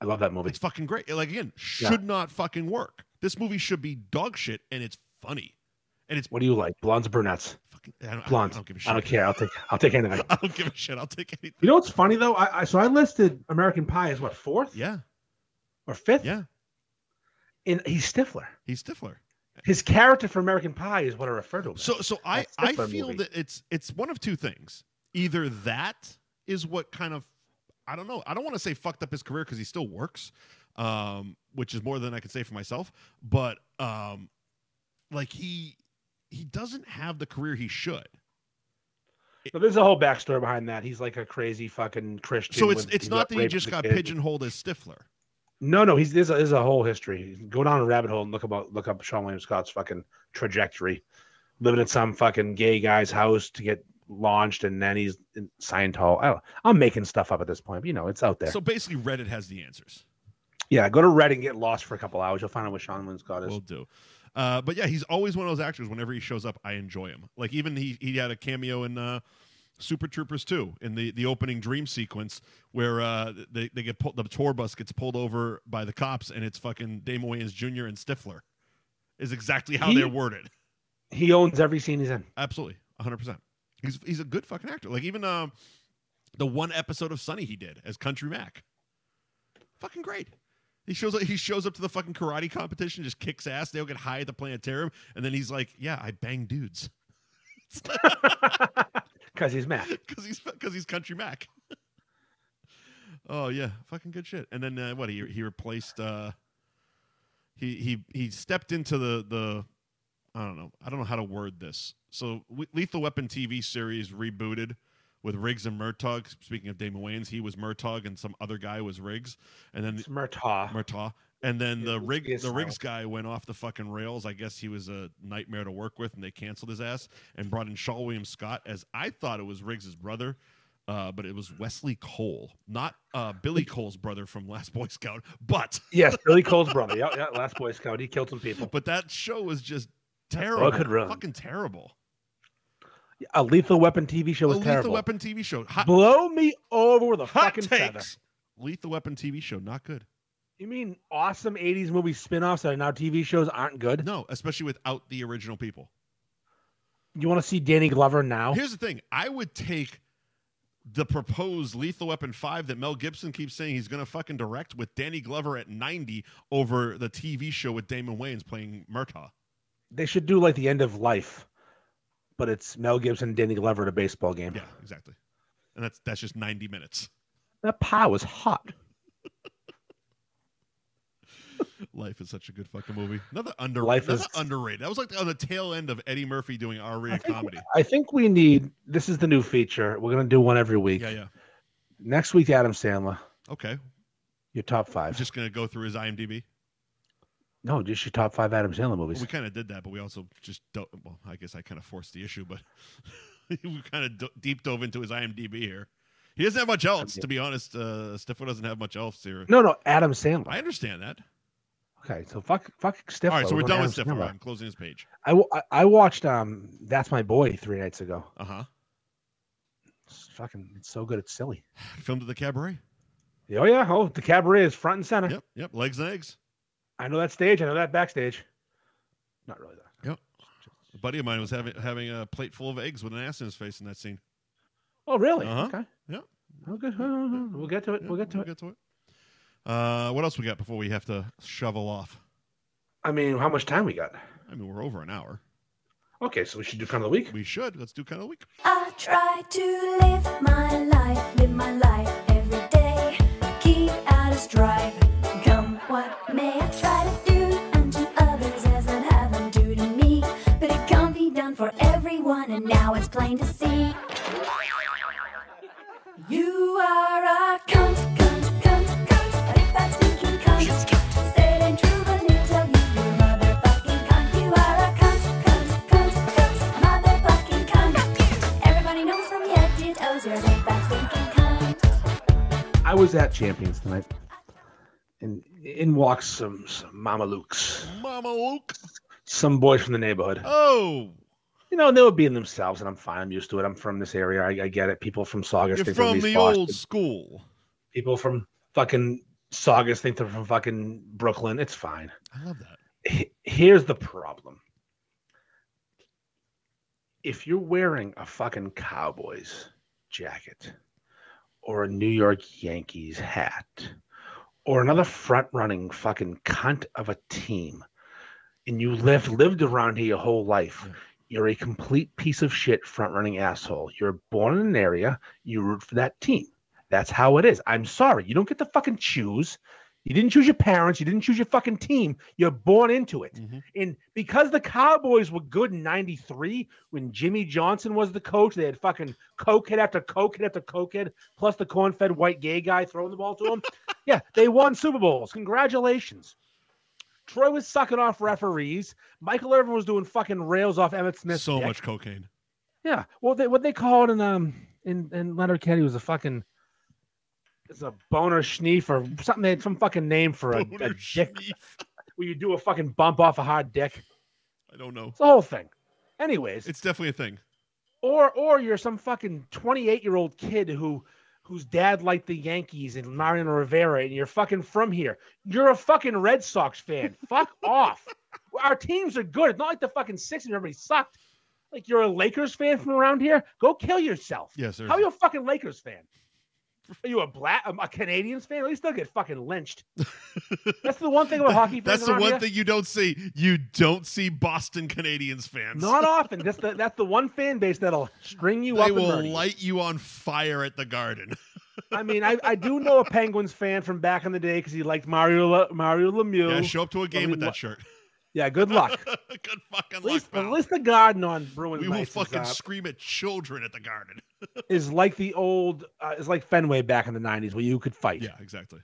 B: I love that movie.
A: It's fucking great. Like again,
B: Yeah.
A: should not fucking work. This movie should be dog shit, and it's funny. And it's
B: What do you like, blondes or brunettes?
A: fucking. I don't, I don't,
B: Blonde.
A: I don't give a shit.
B: I don't care. I'll take, I'll take anything.
A: I don't give a shit. I'll take anything.
B: You know what's funny though? I, I so I listed American Pie as what fourth
A: Yeah,
B: or fifth.
A: yeah.
B: and he's Stifler.
A: He's Stifler.
B: His character for American Pie is what I refer to. Him as.
A: So so I
B: That's
A: I
B: Stifler
A: feel
B: movie.
A: that it's it's one of two things. Either that is what kind of I don't know. I don't want to say fucked up his career because he still works, um, which is more than I can say for myself. But um, like he he doesn't have the career he should.
B: So there's a whole backstory behind that. He's like a crazy fucking Christian.
A: So it's
B: with-
A: it's
B: he
A: not that he
B: raped
A: just
B: the
A: got
B: kid.
A: pigeonholed as Stifler.
B: No, no, he's there's a, there's a whole history. Go down a rabbit hole and look about look up Sean William Scott's fucking trajectory, living at some fucking gay guy's house to get launched, and then he's in Scientol. I don't, I'm making stuff up at this point, but you know it's out there.
A: So basically, Reddit has the answers.
B: yeah, go to Reddit and get lost for a couple hours. You'll find out what Sean William Scott is.
A: Will do. Uh, but yeah, he's always one of those actors. Whenever he shows up, I enjoy him. Like even he he had a cameo in uh, Super Troopers 2 in the the opening dream sequence where uh, they they get pulled, the tour bus gets pulled over by the cops and it's fucking Damon Wayans Jr. and Stifler is exactly how
B: He-
A: they're worded.
B: he owns every scene he's in.
A: Absolutely, hundred percent. He's he's a good fucking actor. Like even um, the one episode of Sunny he did as Country Mac, fucking great. He shows up. He shows up to the fucking karate competition, just kicks ass. They all get high at the planetarium, and then he's like, "Yeah, I bang dudes,"
B: Because he's Mac.
A: because he's because he's Country Mac. oh yeah, fucking good shit. And then uh, what he he replaced. uh He he he stepped into the the. I don't know. I don't know how to word this. So, Le- Lethal Weapon TV series rebooted with Riggs and Murtaugh. Speaking of Damon Wayans, he was Murtaugh, and some other guy was Riggs. And then the-
B: It's Murtaugh.
A: Murtaugh. And then
B: It
A: the
B: was
A: rig
B: his
A: the
B: fault.
A: rigs guy went off the fucking rails. I guess he was a nightmare to work with, and they canceled his ass and brought in Shaw William Scott as I thought it was Riggs' brother, uh, but it was Wesley Cole, not uh, Billy Cole's brother from Last Boy Scout. But
B: Yes, Billy Cole's brother. Yeah, yeah, last Boy Scout. He killed some people.
A: but that show was just terrible,
B: could run.
A: fucking terrible.
B: A Lethal Weapon TV show
A: A
B: was
A: Lethal
B: terrible.
A: Weapon TV show, hot,
B: Blow me over with a
A: hot
B: fucking
A: takes.
B: feather.
A: Lethal Weapon TV show, not good.
B: You mean awesome 80s movie spin-offs that are now TV shows aren't good?
A: No, especially without the original people.
B: You want to see Danny Glover now?
A: Here's the thing: I would take the proposed Lethal Weapon 5 that Mel Gibson keeps saying he's going to fucking direct with Danny Glover at 90 over the TV show with Damon Wayans playing Murtaugh.
B: They should do like the end of life, but it's Mel Gibson, Danny Glover at a baseball game.
A: Yeah, exactly. And that's that's just 90 minutes.
B: That pie was hot.
A: Life is such a good fucking movie. Another under
B: Life
A: another
B: is-
A: underrated. That was like on the tail end of Eddie Murphy doing R-rated comedy.
B: I think we need this is the new feature. We're gonna do one every week.
A: Yeah, yeah.
B: Next week, Adam Sandler,
A: Okay,
B: your top
A: I'm
B: five.
A: just gonna go through his IMDb.
B: no, just your top five Adam Sandler movies.
A: Well, we kind of did that, but we also just don't. Well, I guess I kind of forced the issue, but we kind of do- deep dove into his IMDb here. He doesn't have much else, to be honest. Uh, Stifler doesn't have much else here.
B: no, no, Adam Sandler.
A: I understand that.
B: Okay, so fuck, fuck Stifler.
A: All right, so we're
B: going
A: done with
B: Adam
A: Stifler.
B: Sandler.
A: I'm closing his page.
B: I, wa- I- I watched um That's My Boy three nights ago.
A: Uh huh.
B: It's fucking it's so good, it's silly.
A: Filmed at the cabaret.
B: Oh yeah, oh the cabaret is front and center.
A: Yep, yep. Legs and eggs.
B: I know that stage. I know that backstage. Not really that.
A: Yep. A buddy of mine was having having a plate full of eggs with an ass in his face in that scene.
B: Oh really?
A: Uh-huh.
B: Okay.
A: Yep.
B: Okay. Oh, We'll get to it.
A: Yeah,
B: We'll get to
A: We'll
B: it.
A: get to it. Uh, what else we got before we have to shovel off?
B: I mean, how much time we got?
A: I mean, we're over an hour.
B: Okay, so we should do kind of the week.
A: We should. Let's do kind of the week.
C: I try to live my life, live my life every day. Keep out of strife, come what may. I try to do unto others as I'd have them do to me. But it can't be done for everyone, and now it's plain to see. You are a cunt, cunt, cunt, cunt. If that's speaking cunt, said and true, but they tell you you're motherfucking cunt. You are a cunt, cunt, cunt, cunt, motherfucking cunt. Everybody knows from head to toes you're a big fat stinking cunt.
B: I was at Champions tonight, and in walks some some mamalukes,
A: Mama Luke.
B: some boys from the neighborhood.
A: Oh,
B: You know, they were being themselves, and I'm fine. I'm used to it. I'm from this area. I, I get it. People from Saugus
A: you're from
B: think they're from
A: the
B: East Boston.
A: old school.
B: People from fucking Saugus think they're from fucking Brooklyn. It's fine.
A: I love that.
B: H- here's the problem. If you're wearing a fucking Cowboys jacket or a New York Yankees hat or another front running fucking cunt of a team and you live lived around here your whole life,
A: Yeah.
B: you're a complete piece of shit front running asshole. You're born in an area, you root for that team. That's how it is. I'm sorry. You don't get to fucking choose. You didn't choose your parents. You didn't choose your fucking team. You're born into it.
A: Mhm.
B: And because the Cowboys were good in 93 when Jimmy Johnson was the coach, they had fucking cokehead after cokehead after cokehead, plus the corn fed white gay guy throwing the ball to him. yeah, they won Super Bowls. Congratulations. Troy was sucking off referees. Michael Irvin was doing fucking rails off Emmett Smith.
A: so much cocaine.
B: Yeah. Well, they, what they call it in um in, in Leonard Kennedy was a fucking it's a boner schneef or something. They had some fucking name for a, a
A: Boner
B: dick
A: schneef.
B: where you do a fucking bump off a hard dick.
A: I don't know.
B: It's the whole thing. Anyways,
A: It's definitely a thing.
B: or or you're some fucking 28 year old kid who whose dad liked the Yankees and Mariano Rivera, and you're fucking from here. You're a fucking Red Sox fan. Fuck off. Our teams are good. It's not like the fucking six and everybody sucked. Like you're a Lakers fan from around here. Go kill yourself.
A: Yes, sir.
B: How are you a fucking Lakers fan? Are you a black a, a Canadians fan? At least they'll get fucking lynched. That's the one thing about hockey fans.
A: That's the
B: around
A: one
B: here.
A: thing you don't see. You don't see Boston Canadians fans.
B: Not often. That's the that's the one fan base that'll string you up.
A: they
B: and
A: will
B: murder you.
A: light you on fire at the garden.
B: I mean, I, I do know a Penguins fan from back in the day because he liked Mario La, Mario Lemieux.
A: Yeah,
B: Yeah,
A: show up to a game
B: me
A: with that
B: what-
A: shirt.
B: good luck.
A: Good fucking
B: At least,
A: luck,
B: at
A: pal.
B: least the garden on Bruins
A: we will
B: nights
A: fucking
B: is, uh,
A: scream at children at the garden.
B: is like the old uh, is like Fenway back in the '90s where you could fight.
A: Yeah, exactly.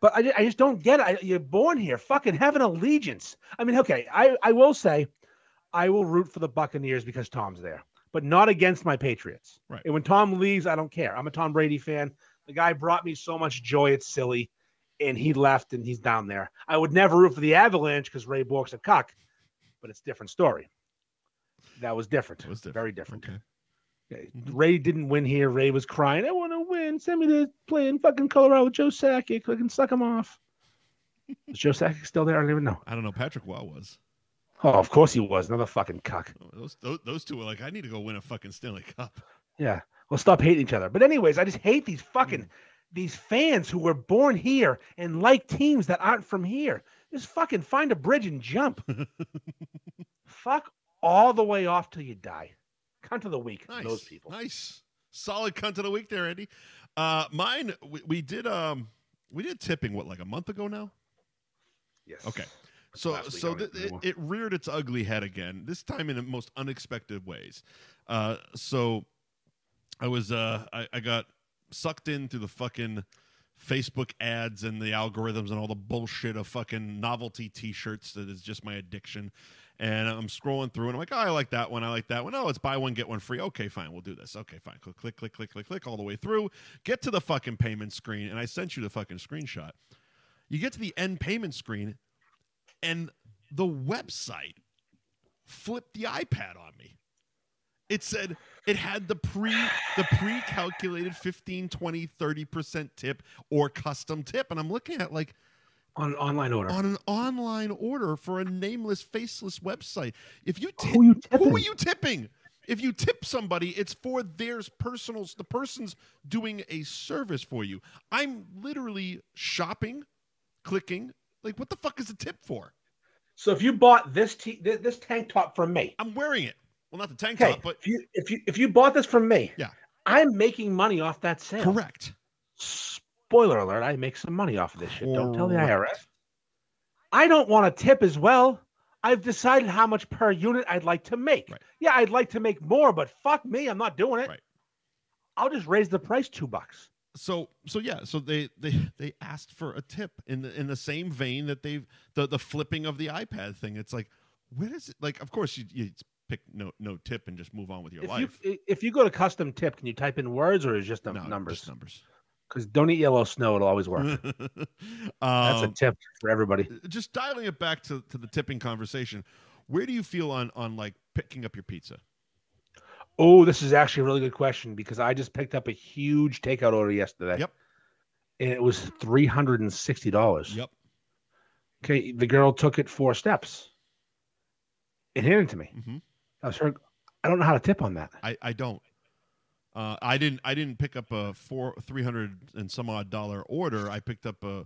B: But I, ju- I just don't get it. I, you're born here, fucking have an allegiance. I mean, okay, I, I will say, I will root for the Buccaneers because Tom's there, but not against my Patriots.
A: Right.
B: And when Tom leaves, I don't care. I'm a Tom Brady fan. The guy brought me so much joy. It's silly, and he left, and he's down there. I would never root for the Avalanche because Ray Bork's a cock, but it's a different story. That was different.
A: It was different.
B: Very different.
A: Okay.
B: Okay.
A: Mhm.
B: Ray didn't win here. Ray was crying. I want to win. Send me to play in fucking Colorado with Joe Sakic. I can suck him off. Is Joe Sakic still there? I don't even know.
A: I don't know. Patrick Waugh was. Oh,
B: Oh, of course he was. Another fucking cuck.
A: Those, those those two were like, I need to go win a fucking Stanley Cup.
B: Yeah. Let's stop hating each other. But anyways, I just hate these fucking
A: Mm.
B: these fans who were born here and like teams that aren't from here. Just fucking find a bridge and jump. Fuck all the way off till you die. Come to the week.
A: Nice.
B: Those people.
A: Nice. Solid cunt of the week there, Andy. Uh, mine. We, we did. Um, we did tipping. What, like a month ago now?
B: Yes.
A: Okay. So,
B: Last week, I
A: so
B: don't
A: th- it,
B: remember.
A: it reared its ugly head again. This time in the most unexpected ways. Uh, so, I was. Uh, I, I got sucked into the fucking Facebook ads and the algorithms and all the bullshit of fucking novelty T-shirts that is just my addiction. And I'm scrolling through and I'm like, oh, I like that one. I like that one. Oh, it's buy one get one free. Okay, fine, we'll do this. Okay, fine. Click, click, click, click, click, click all the way through. Get to the fucking payment screen, and I sent you the fucking screenshot. You get to the end payment screen, and the website flipped the iPad on me. It said it had the pre the pre-calculated 15, 20, 30% tip or custom tip. And I'm looking at like
B: On online order.
A: on an online order for a nameless, faceless website. If you tip
B: who you
A: who
B: tipping?
A: are you tipping? If you tip somebody, it's for their personal, the person's doing a service for you. I'm literally shopping, clicking. Like, what the fuck is a tip for?
B: So if you bought this t- th- this tank top from me,
A: I'm wearing it. Well, not the tank
B: okay.
A: top, but
B: if you if you if you bought this from me,
A: Yeah.
B: I'm making money off that sale.
A: correct.
B: Spoiler alert: I make some money off of this shit. Don't tell the
A: Correct.
B: IRS. I don't want a tip as well. I've decided how much per unit I'd like to make.
A: Right.
B: Yeah, I'd like to make more, but fuck me, I'm not doing it.
A: Right.
B: I'll just raise the price two bucks.
A: So, so yeah, so they they they asked for a tip in the in the same vein that they've the the flipping of the iPad thing. It's like, where is it? Like, of course you you pick no no tip and just move on with your
B: If you
A: life.
B: i- if you go to custom tip, can you type in words or is it just the
A: No, just
B: numbers?
A: numbers.
B: Because don't eat yellow snow; it'll always work. That's a
A: Um,
B: tip for everybody.
A: just dialing it back to, to the tipping conversation. Where do you feel on on like picking up your pizza?
B: Oh, this is actually a really good question because I just picked up a huge takeout order yesterday.
A: Yep.
B: And it was three hundred and sixty dollars.
A: Yep.
B: Okay, the girl took it four steps and handed it to me.
A: hmm
B: I was her. I don't know how to tip on that.
A: I, I don't. Uh, I didn't I didn't pick up a four three hundred and some odd dollar order. I picked up a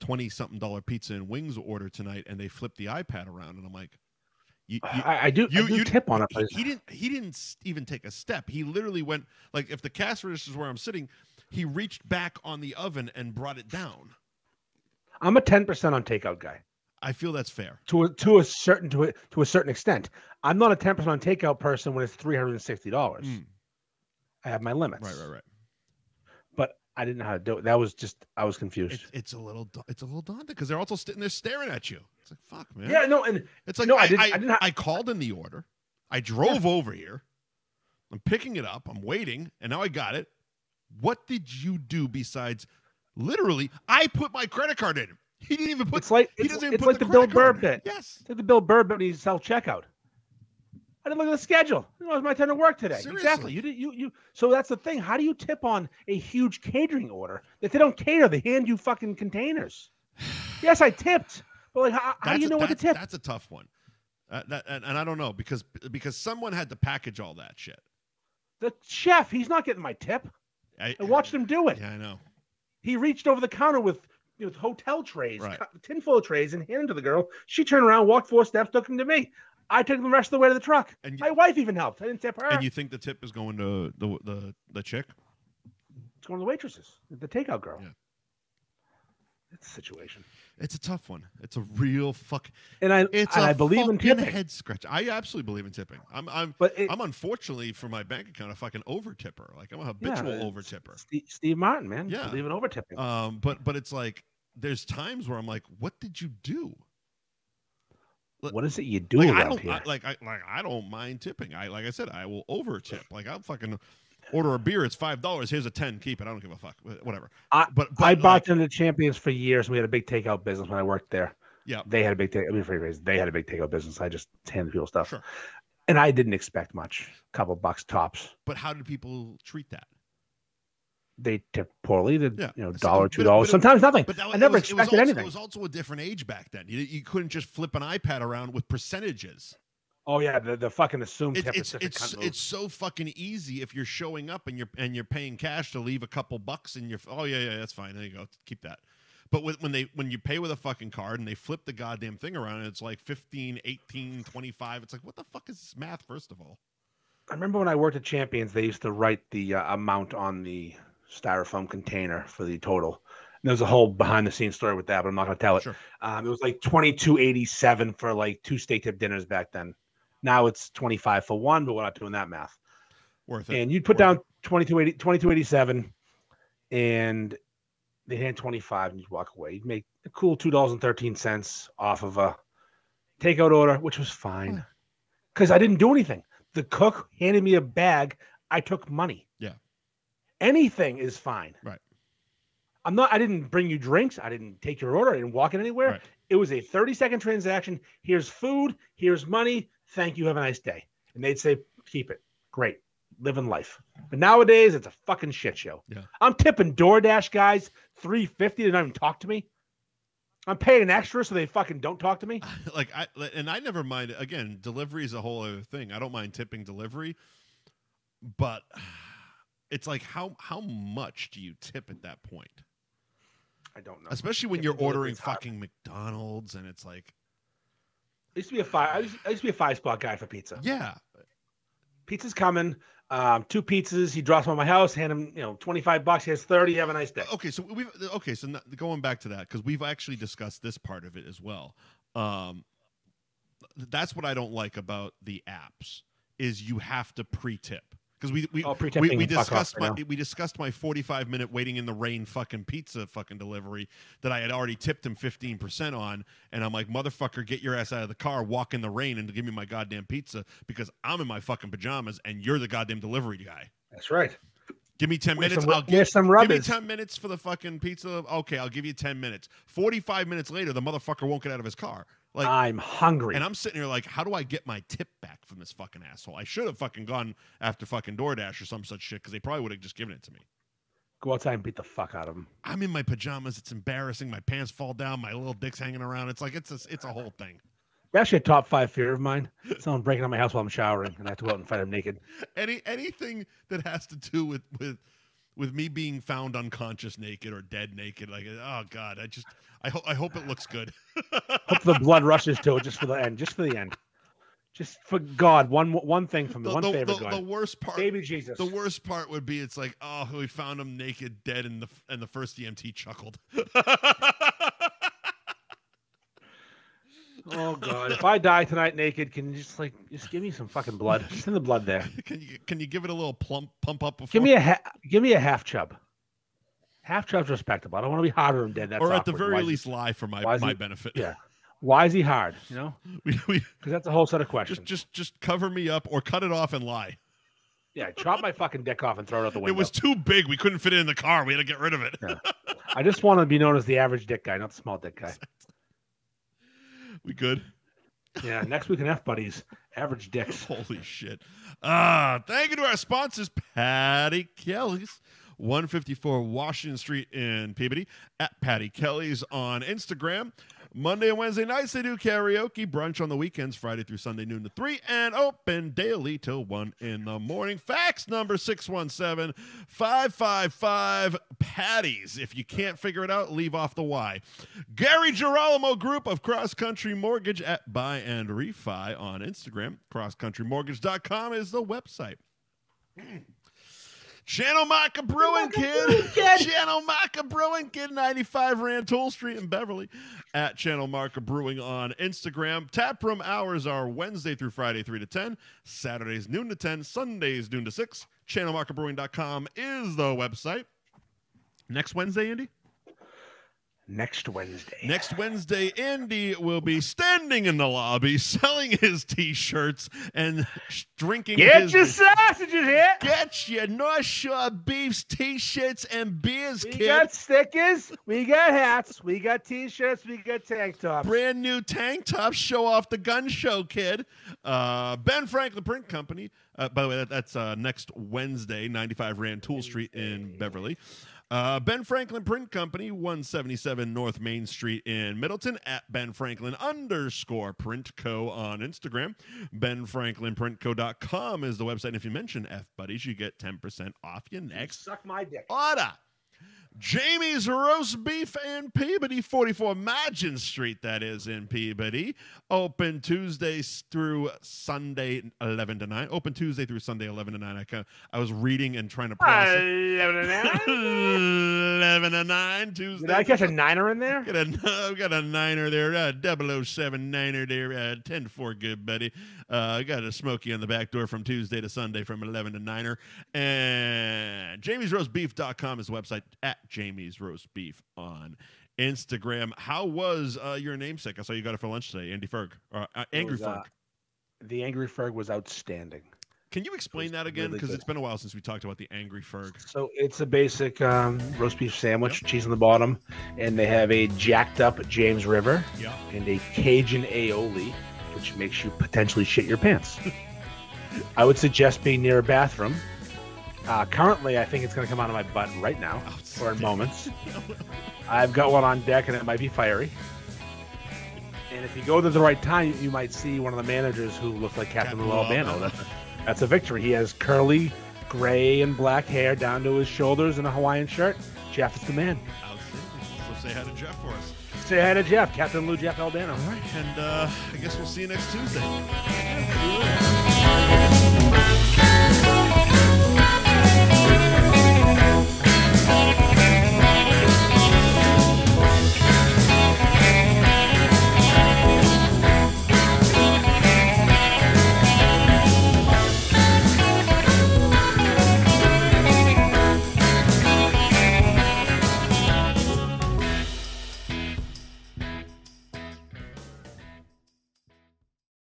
A: twenty something dollar pizza and wings order tonight, and they flipped the iPad around, and I'm like, you, you,
B: I, I do.
A: you-
B: I do
A: you-
B: tip on it.
A: he,
B: but
A: he didn't he didn't s- even take a step. He literally went like if the cash register is where I'm sitting, he reached back on the oven and brought it down.
B: I'm a ten percent on takeout guy
A: I feel that's fair.
B: to a, to a certain to a, to a certain extent. I'm not a ten percent on takeout person when it's three hundred and sixty dollars.
A: Mm,
B: I have my limits.
A: Right, right, right.
B: But I didn't know how to do it. That was just I was confused.
A: It's, it's a little da- it's a little daunting because they're also sitting there staring at you. It's like fuck, man.
B: yeah, no, and
A: It's like
B: No,
A: I,
B: I
A: I,
B: didn't-
A: I,
B: I didn't ha-
A: called in the order. I drove over here. I'm picking it up. I'm waiting, and now I got it. What did you do besides literally? I put my credit card in. He didn't even put.
B: it's like
A: he
B: it's,
A: doesn't even
B: it's
A: put
B: like the, Bill
A: credit
B: Burr
A: card in.
B: bit.
A: Yes.
B: It's like the Bill Burr bit when he's self checkout. I didn't look at the schedule. It was my time to work today.
A: Seriously.
B: Exactly. You did you you. So that's the thing. How do you tip on a huge catering order that they don't cater? They hand you fucking containers. yes, I tipped, but like, how, how do
A: That's
B: you
A: a-
B: know what to
A: that's-
B: tip?
A: That's a tough one. Uh, that, and, and I don't know because because someone had to package all that shit.
B: The chef, he's not getting my tip.
A: I,
B: I watched him do it.
A: Yeah, I know.
B: He reached over the counter with with hotel trays,
A: Right.
B: cu- tinfoil trays, and handed to the girl. She turned around, walked four steps, took him to me. I took him the rest of the way to the truck.
A: And
B: My
A: you,
B: wife even helped. I didn't tip her.
A: and you think the tip is going to the the, the chick?
B: It's going to the waitresses, the takeout girl.
A: Yeah.
B: It's a situation.
A: It's a tough one. It's a real fuck.
B: And I
A: It's
B: and
A: a
B: I believe in
A: fucking
B: tipping,
A: head scratch. I absolutely believe in tipping. I'm I'm
B: but it,
A: I'm unfortunately for my bank account a fucking over tipper. Like I'm a habitual
B: it's-
A: over tipper.
B: Steve, Steve Martin, man,
A: Yeah.
B: yeah. believe in over tipping.
A: Um, but but it's like there's times where I'm like, what did you do?
B: what is it you do
A: Like I
B: around
A: don't
B: here?
A: I, like I like I don't mind tipping. I like I said I will over tip. Like I'll fucking order a beer. It's five dollars. Here's a ten. Keep it. I don't give a fuck. Wh- Whatever.
B: I-
A: but,
B: I
A: but,
B: bought them the champions for years. We had a big takeout business when I worked there.
A: Yeah.
B: they had a big take. I mean, for reasons, they had a big takeout business. I just handed people
A: like,
B: stuff,
A: sure.
B: and I didn't expect much. couple bucks tops.
A: But how did people treat that?
B: They tipped poorly. The
A: Yeah.
B: you know
A: It's-
B: dollar,
A: but-
B: two dollars,
A: but-
B: sometimes nothing.
A: But that was,
B: I never
A: it was, it was
B: expected
A: also,
B: anything.
A: It was also a different age back then. You, you couldn't just flip an iPad around with percentages.
B: Oh yeah, the, the fucking assumed
A: It,
B: tip is
A: it's
B: such a
A: it's
B: cunt move.
A: it's so fucking easy if you're showing up and you're and you're paying cash to leave a couple bucks in your. Oh yeah, yeah, that's fine. There you go. Keep that. But with, when they when you pay with a fucking card and they flip the goddamn thing around and it's like 15, 18, 25, it's like what the fuck is this math? First of all,
B: I remember when I worked at Champions, they used to write the uh, amount on the styrofoam container for the total. And there's a whole behind the scenes story with that, but I'm not going to tell it.
A: Sure.
B: Um, it was like 2287 for like two steak tip dinners back then. Now it's 25 for one, but we're not doing that math.
A: worth it.
B: And you'd put
A: worth
B: down 2280, 2287 and they hand 25 and you'd walk away. You'd make a cool $2.13 off of a takeout order, which was
A: Hmm.
B: fine because I didn't do anything. The cook handed me a bag. I took money.
A: Yeah.
B: Anything is fine.
A: Right.
B: I'm not, I didn't bring you drinks. I didn't take your order. I didn't walk it anywhere.
A: Right.
B: It was a 30 second transaction. Here's food. Here's money. Thank you. Have a nice day. And they'd say, keep it. Great. Living life. But nowadays, it's a fucking shit show.
A: Yeah.
B: I'm tipping DoorDash guys 350 to not even talk to me. I'm paying extra so they fucking don't talk to me.
A: like I like, and I never mind again, delivery is a whole other thing. I don't mind tipping delivery, but it's like how how much do you tip at that point?
B: I don't know.
A: Especially when
B: Tipping
A: you're
B: delivery
A: ordering
B: is hard.
A: fucking McDonald's and it's like,
B: I used to be a five. I used, I used to be a five spot guy for pizza.
A: yeah,
B: Pizza's coming. Um, two pizzas. He drops them at my house. Hand him, you know, twenty five bucks. He has thirty. Have a nice day.
A: okay so we've okay so n- going back to that because we've actually discussed this part of it as well um that's what i don't like about the apps is you have to pre-tip because we we,
B: Oh, pre-tipping
A: we, we
B: can fuck off
A: discussed my
B: right
A: we discussed my 45 minute waiting in the rain fucking pizza fucking delivery that i had already tipped him 15% on and i'm like motherfucker get your ass out of the car walk in the rain and give me my goddamn pizza because i'm in my fucking pajamas and you're the goddamn delivery guy
B: That's right.
A: give me 10
B: We're
A: minutes
B: some,
A: i'll
B: we
A: get
B: some
A: Give me
B: rubbers.
A: 10 minutes for the fucking pizza. Okay, I'll give you 10 minutes. 45 minutes later, the motherfucker won't get out of his car. Like,
B: I'm hungry.
A: and I'm sitting here like, how do I get my tip back from this fucking asshole? I should have fucking gone after fucking DoorDash or some such shit because they probably would have just given it to me.
B: Go outside and beat the fuck out of him.
A: I'm in my pajamas. It's embarrassing. My pants fall down. My little dick's hanging around. It's like, it's a, it's a whole thing.
B: Actually, a top five fear of mine. Someone breaking on my house while I'm showering, and I have to go out and fight him naked.
A: Any Anything that has to do with, with, with me being found unconscious naked or dead naked, like, oh God, I just, I, ho- I hope it looks good.
B: Hope the blood rushes to it just for the end. Just for the end. Just for God, one one thing from me.
A: The-
B: One
A: the-
B: favor,
A: the,
B: God.
A: the worst part
B: Baby Jesus.
A: The worst part would be it's like, oh, we found him naked, dead, and the and the first EMT chuckled.
B: oh God, if I die tonight naked, can you just like just give me some fucking blood? Just in the blood there.
A: can you can you give it a little plump pump up before?
B: Give me a ha- give me a half chub. Half chub's respectable. I don't want to be harder than dead. That's
A: or at the
B: awkward.
A: very
B: Why is-
A: least, lie for my
B: why is
A: my
B: it-
A: benefit.
B: yeah. Why is he hard? You know,
A: we, we
B: because that's a whole set of
A: just
B: questions.
A: just just cover me up or cut it off and lie.
B: yeah, chop my fucking dick off and throw it out the window.
A: It was too big. We couldn't fit it in the car. We had to get rid of it.
B: Yeah. I just want to be known as the average dick guy, not the small dick guy.
A: we good.
B: Yeah, next week in F buddies, average dicks.
A: Holy shit. Ah, thank you to our sponsors, Patty Kelly's. 154 Washington Street in Peabody at Patty Kelly's on Instagram. Monday and Wednesday nights, they do karaoke, brunch on the weekends, Friday through Sunday, noon to 3, and open daily till 1 in the morning. Fax number 617 555 Patties. If you can't figure it out, leave off the Y. Gary Girolamo Group of Cross Country Mortgage at Buy and Refi on Instagram. CrossCountryMortgage.com is the website. Channel Maca Brewing Kid. Channel Maca Brewing Kid, 95 Rantoul Street in Beverly. At Channel Maca Brewing on Instagram. Taproom hours are Wednesday through Friday, 3 to 10. Saturdays, noon to 10. Sundays, noon to 6. ChannelMarcaBrewing.com is the website. Next Wednesday, Andy?
B: Next Wednesday.
A: Next Wednesday, Andy will be standing in the lobby selling his t shirts and sh- drinking
B: Get
A: his.
B: your sausages here.
A: Get your North Shore Beefs t-shirts and beers,
B: We
A: kid.
B: got stickers. We got hats. We got t-shirts. We got tank tops.
A: Brand new tank tops. Show off the gun show, kid. Uh, ben Franklin Print Company. Uh, by the way, that, that's uh, next Wednesday, 95 Rantoul Street in Beverly. Uh, ben Franklin Print Company, 177 North Main Street in Middleton, at Ben Franklin underscore Print Co. on Instagram. BenFranklinPrintCo.com is the website. And if you mention F Buddies, you get 10% off your next
B: Suck my dick.
A: order. Jamie's Roast Beef in Peabody, 44 Magin Street, that is in Peabody. Open Tuesdays through Sunday, 11 to 9. Open Tuesday through Sunday, 11 to 9. I, kind I was reading and trying to process. 11 to 9, Tuesday.
B: Did I catch a
A: through
B: niner in there?
A: Got a, we got a niner there, uh, 007 niner there, uh, 10 4 good, buddy. Uh, got a smoky on the back door from Tuesday to Sunday from 11 to 9. And jamiesroastbeef.com is the website at Jamie's Roast Beef on Instagram. How was uh, your namesake? I saw you got it for lunch today, Andy Ferg, or uh,
B: It
A: Angry
B: was,
A: Ferg.
B: uh, the angry Ferg was outstanding.
A: Can you explain
B: was
A: that again?
B: really
A: Because
B: good.
A: it's been a while since we talked about the Angry Ferg.
B: So it's a basic um, roast beef sandwich, cheese on the bottom, and they have a jacked up James River
A: Yeah.
B: and a Cajun aioli, which makes you potentially shit your pants. I would suggest being near a bathroom. Uh, currently, I think it's going to come out of my butt right now or in moments. I've got one on deck and it might be fiery. And if you go there at the right time, you might see one of the managers who looks like Captain,
A: Captain
B: Lou
A: Lou
B: Albano.
A: Albano.
B: That's, that's a victory. He has curly, gray, and black hair down to his shoulders and a Hawaiian shirt. Jeff is the man.
A: Outstanding. So say hi to Jeff for us.
B: Say hi to Jeff, Captain Lou Jeff Albano.
A: All right, and uh, I guess we'll see you next Tuesday.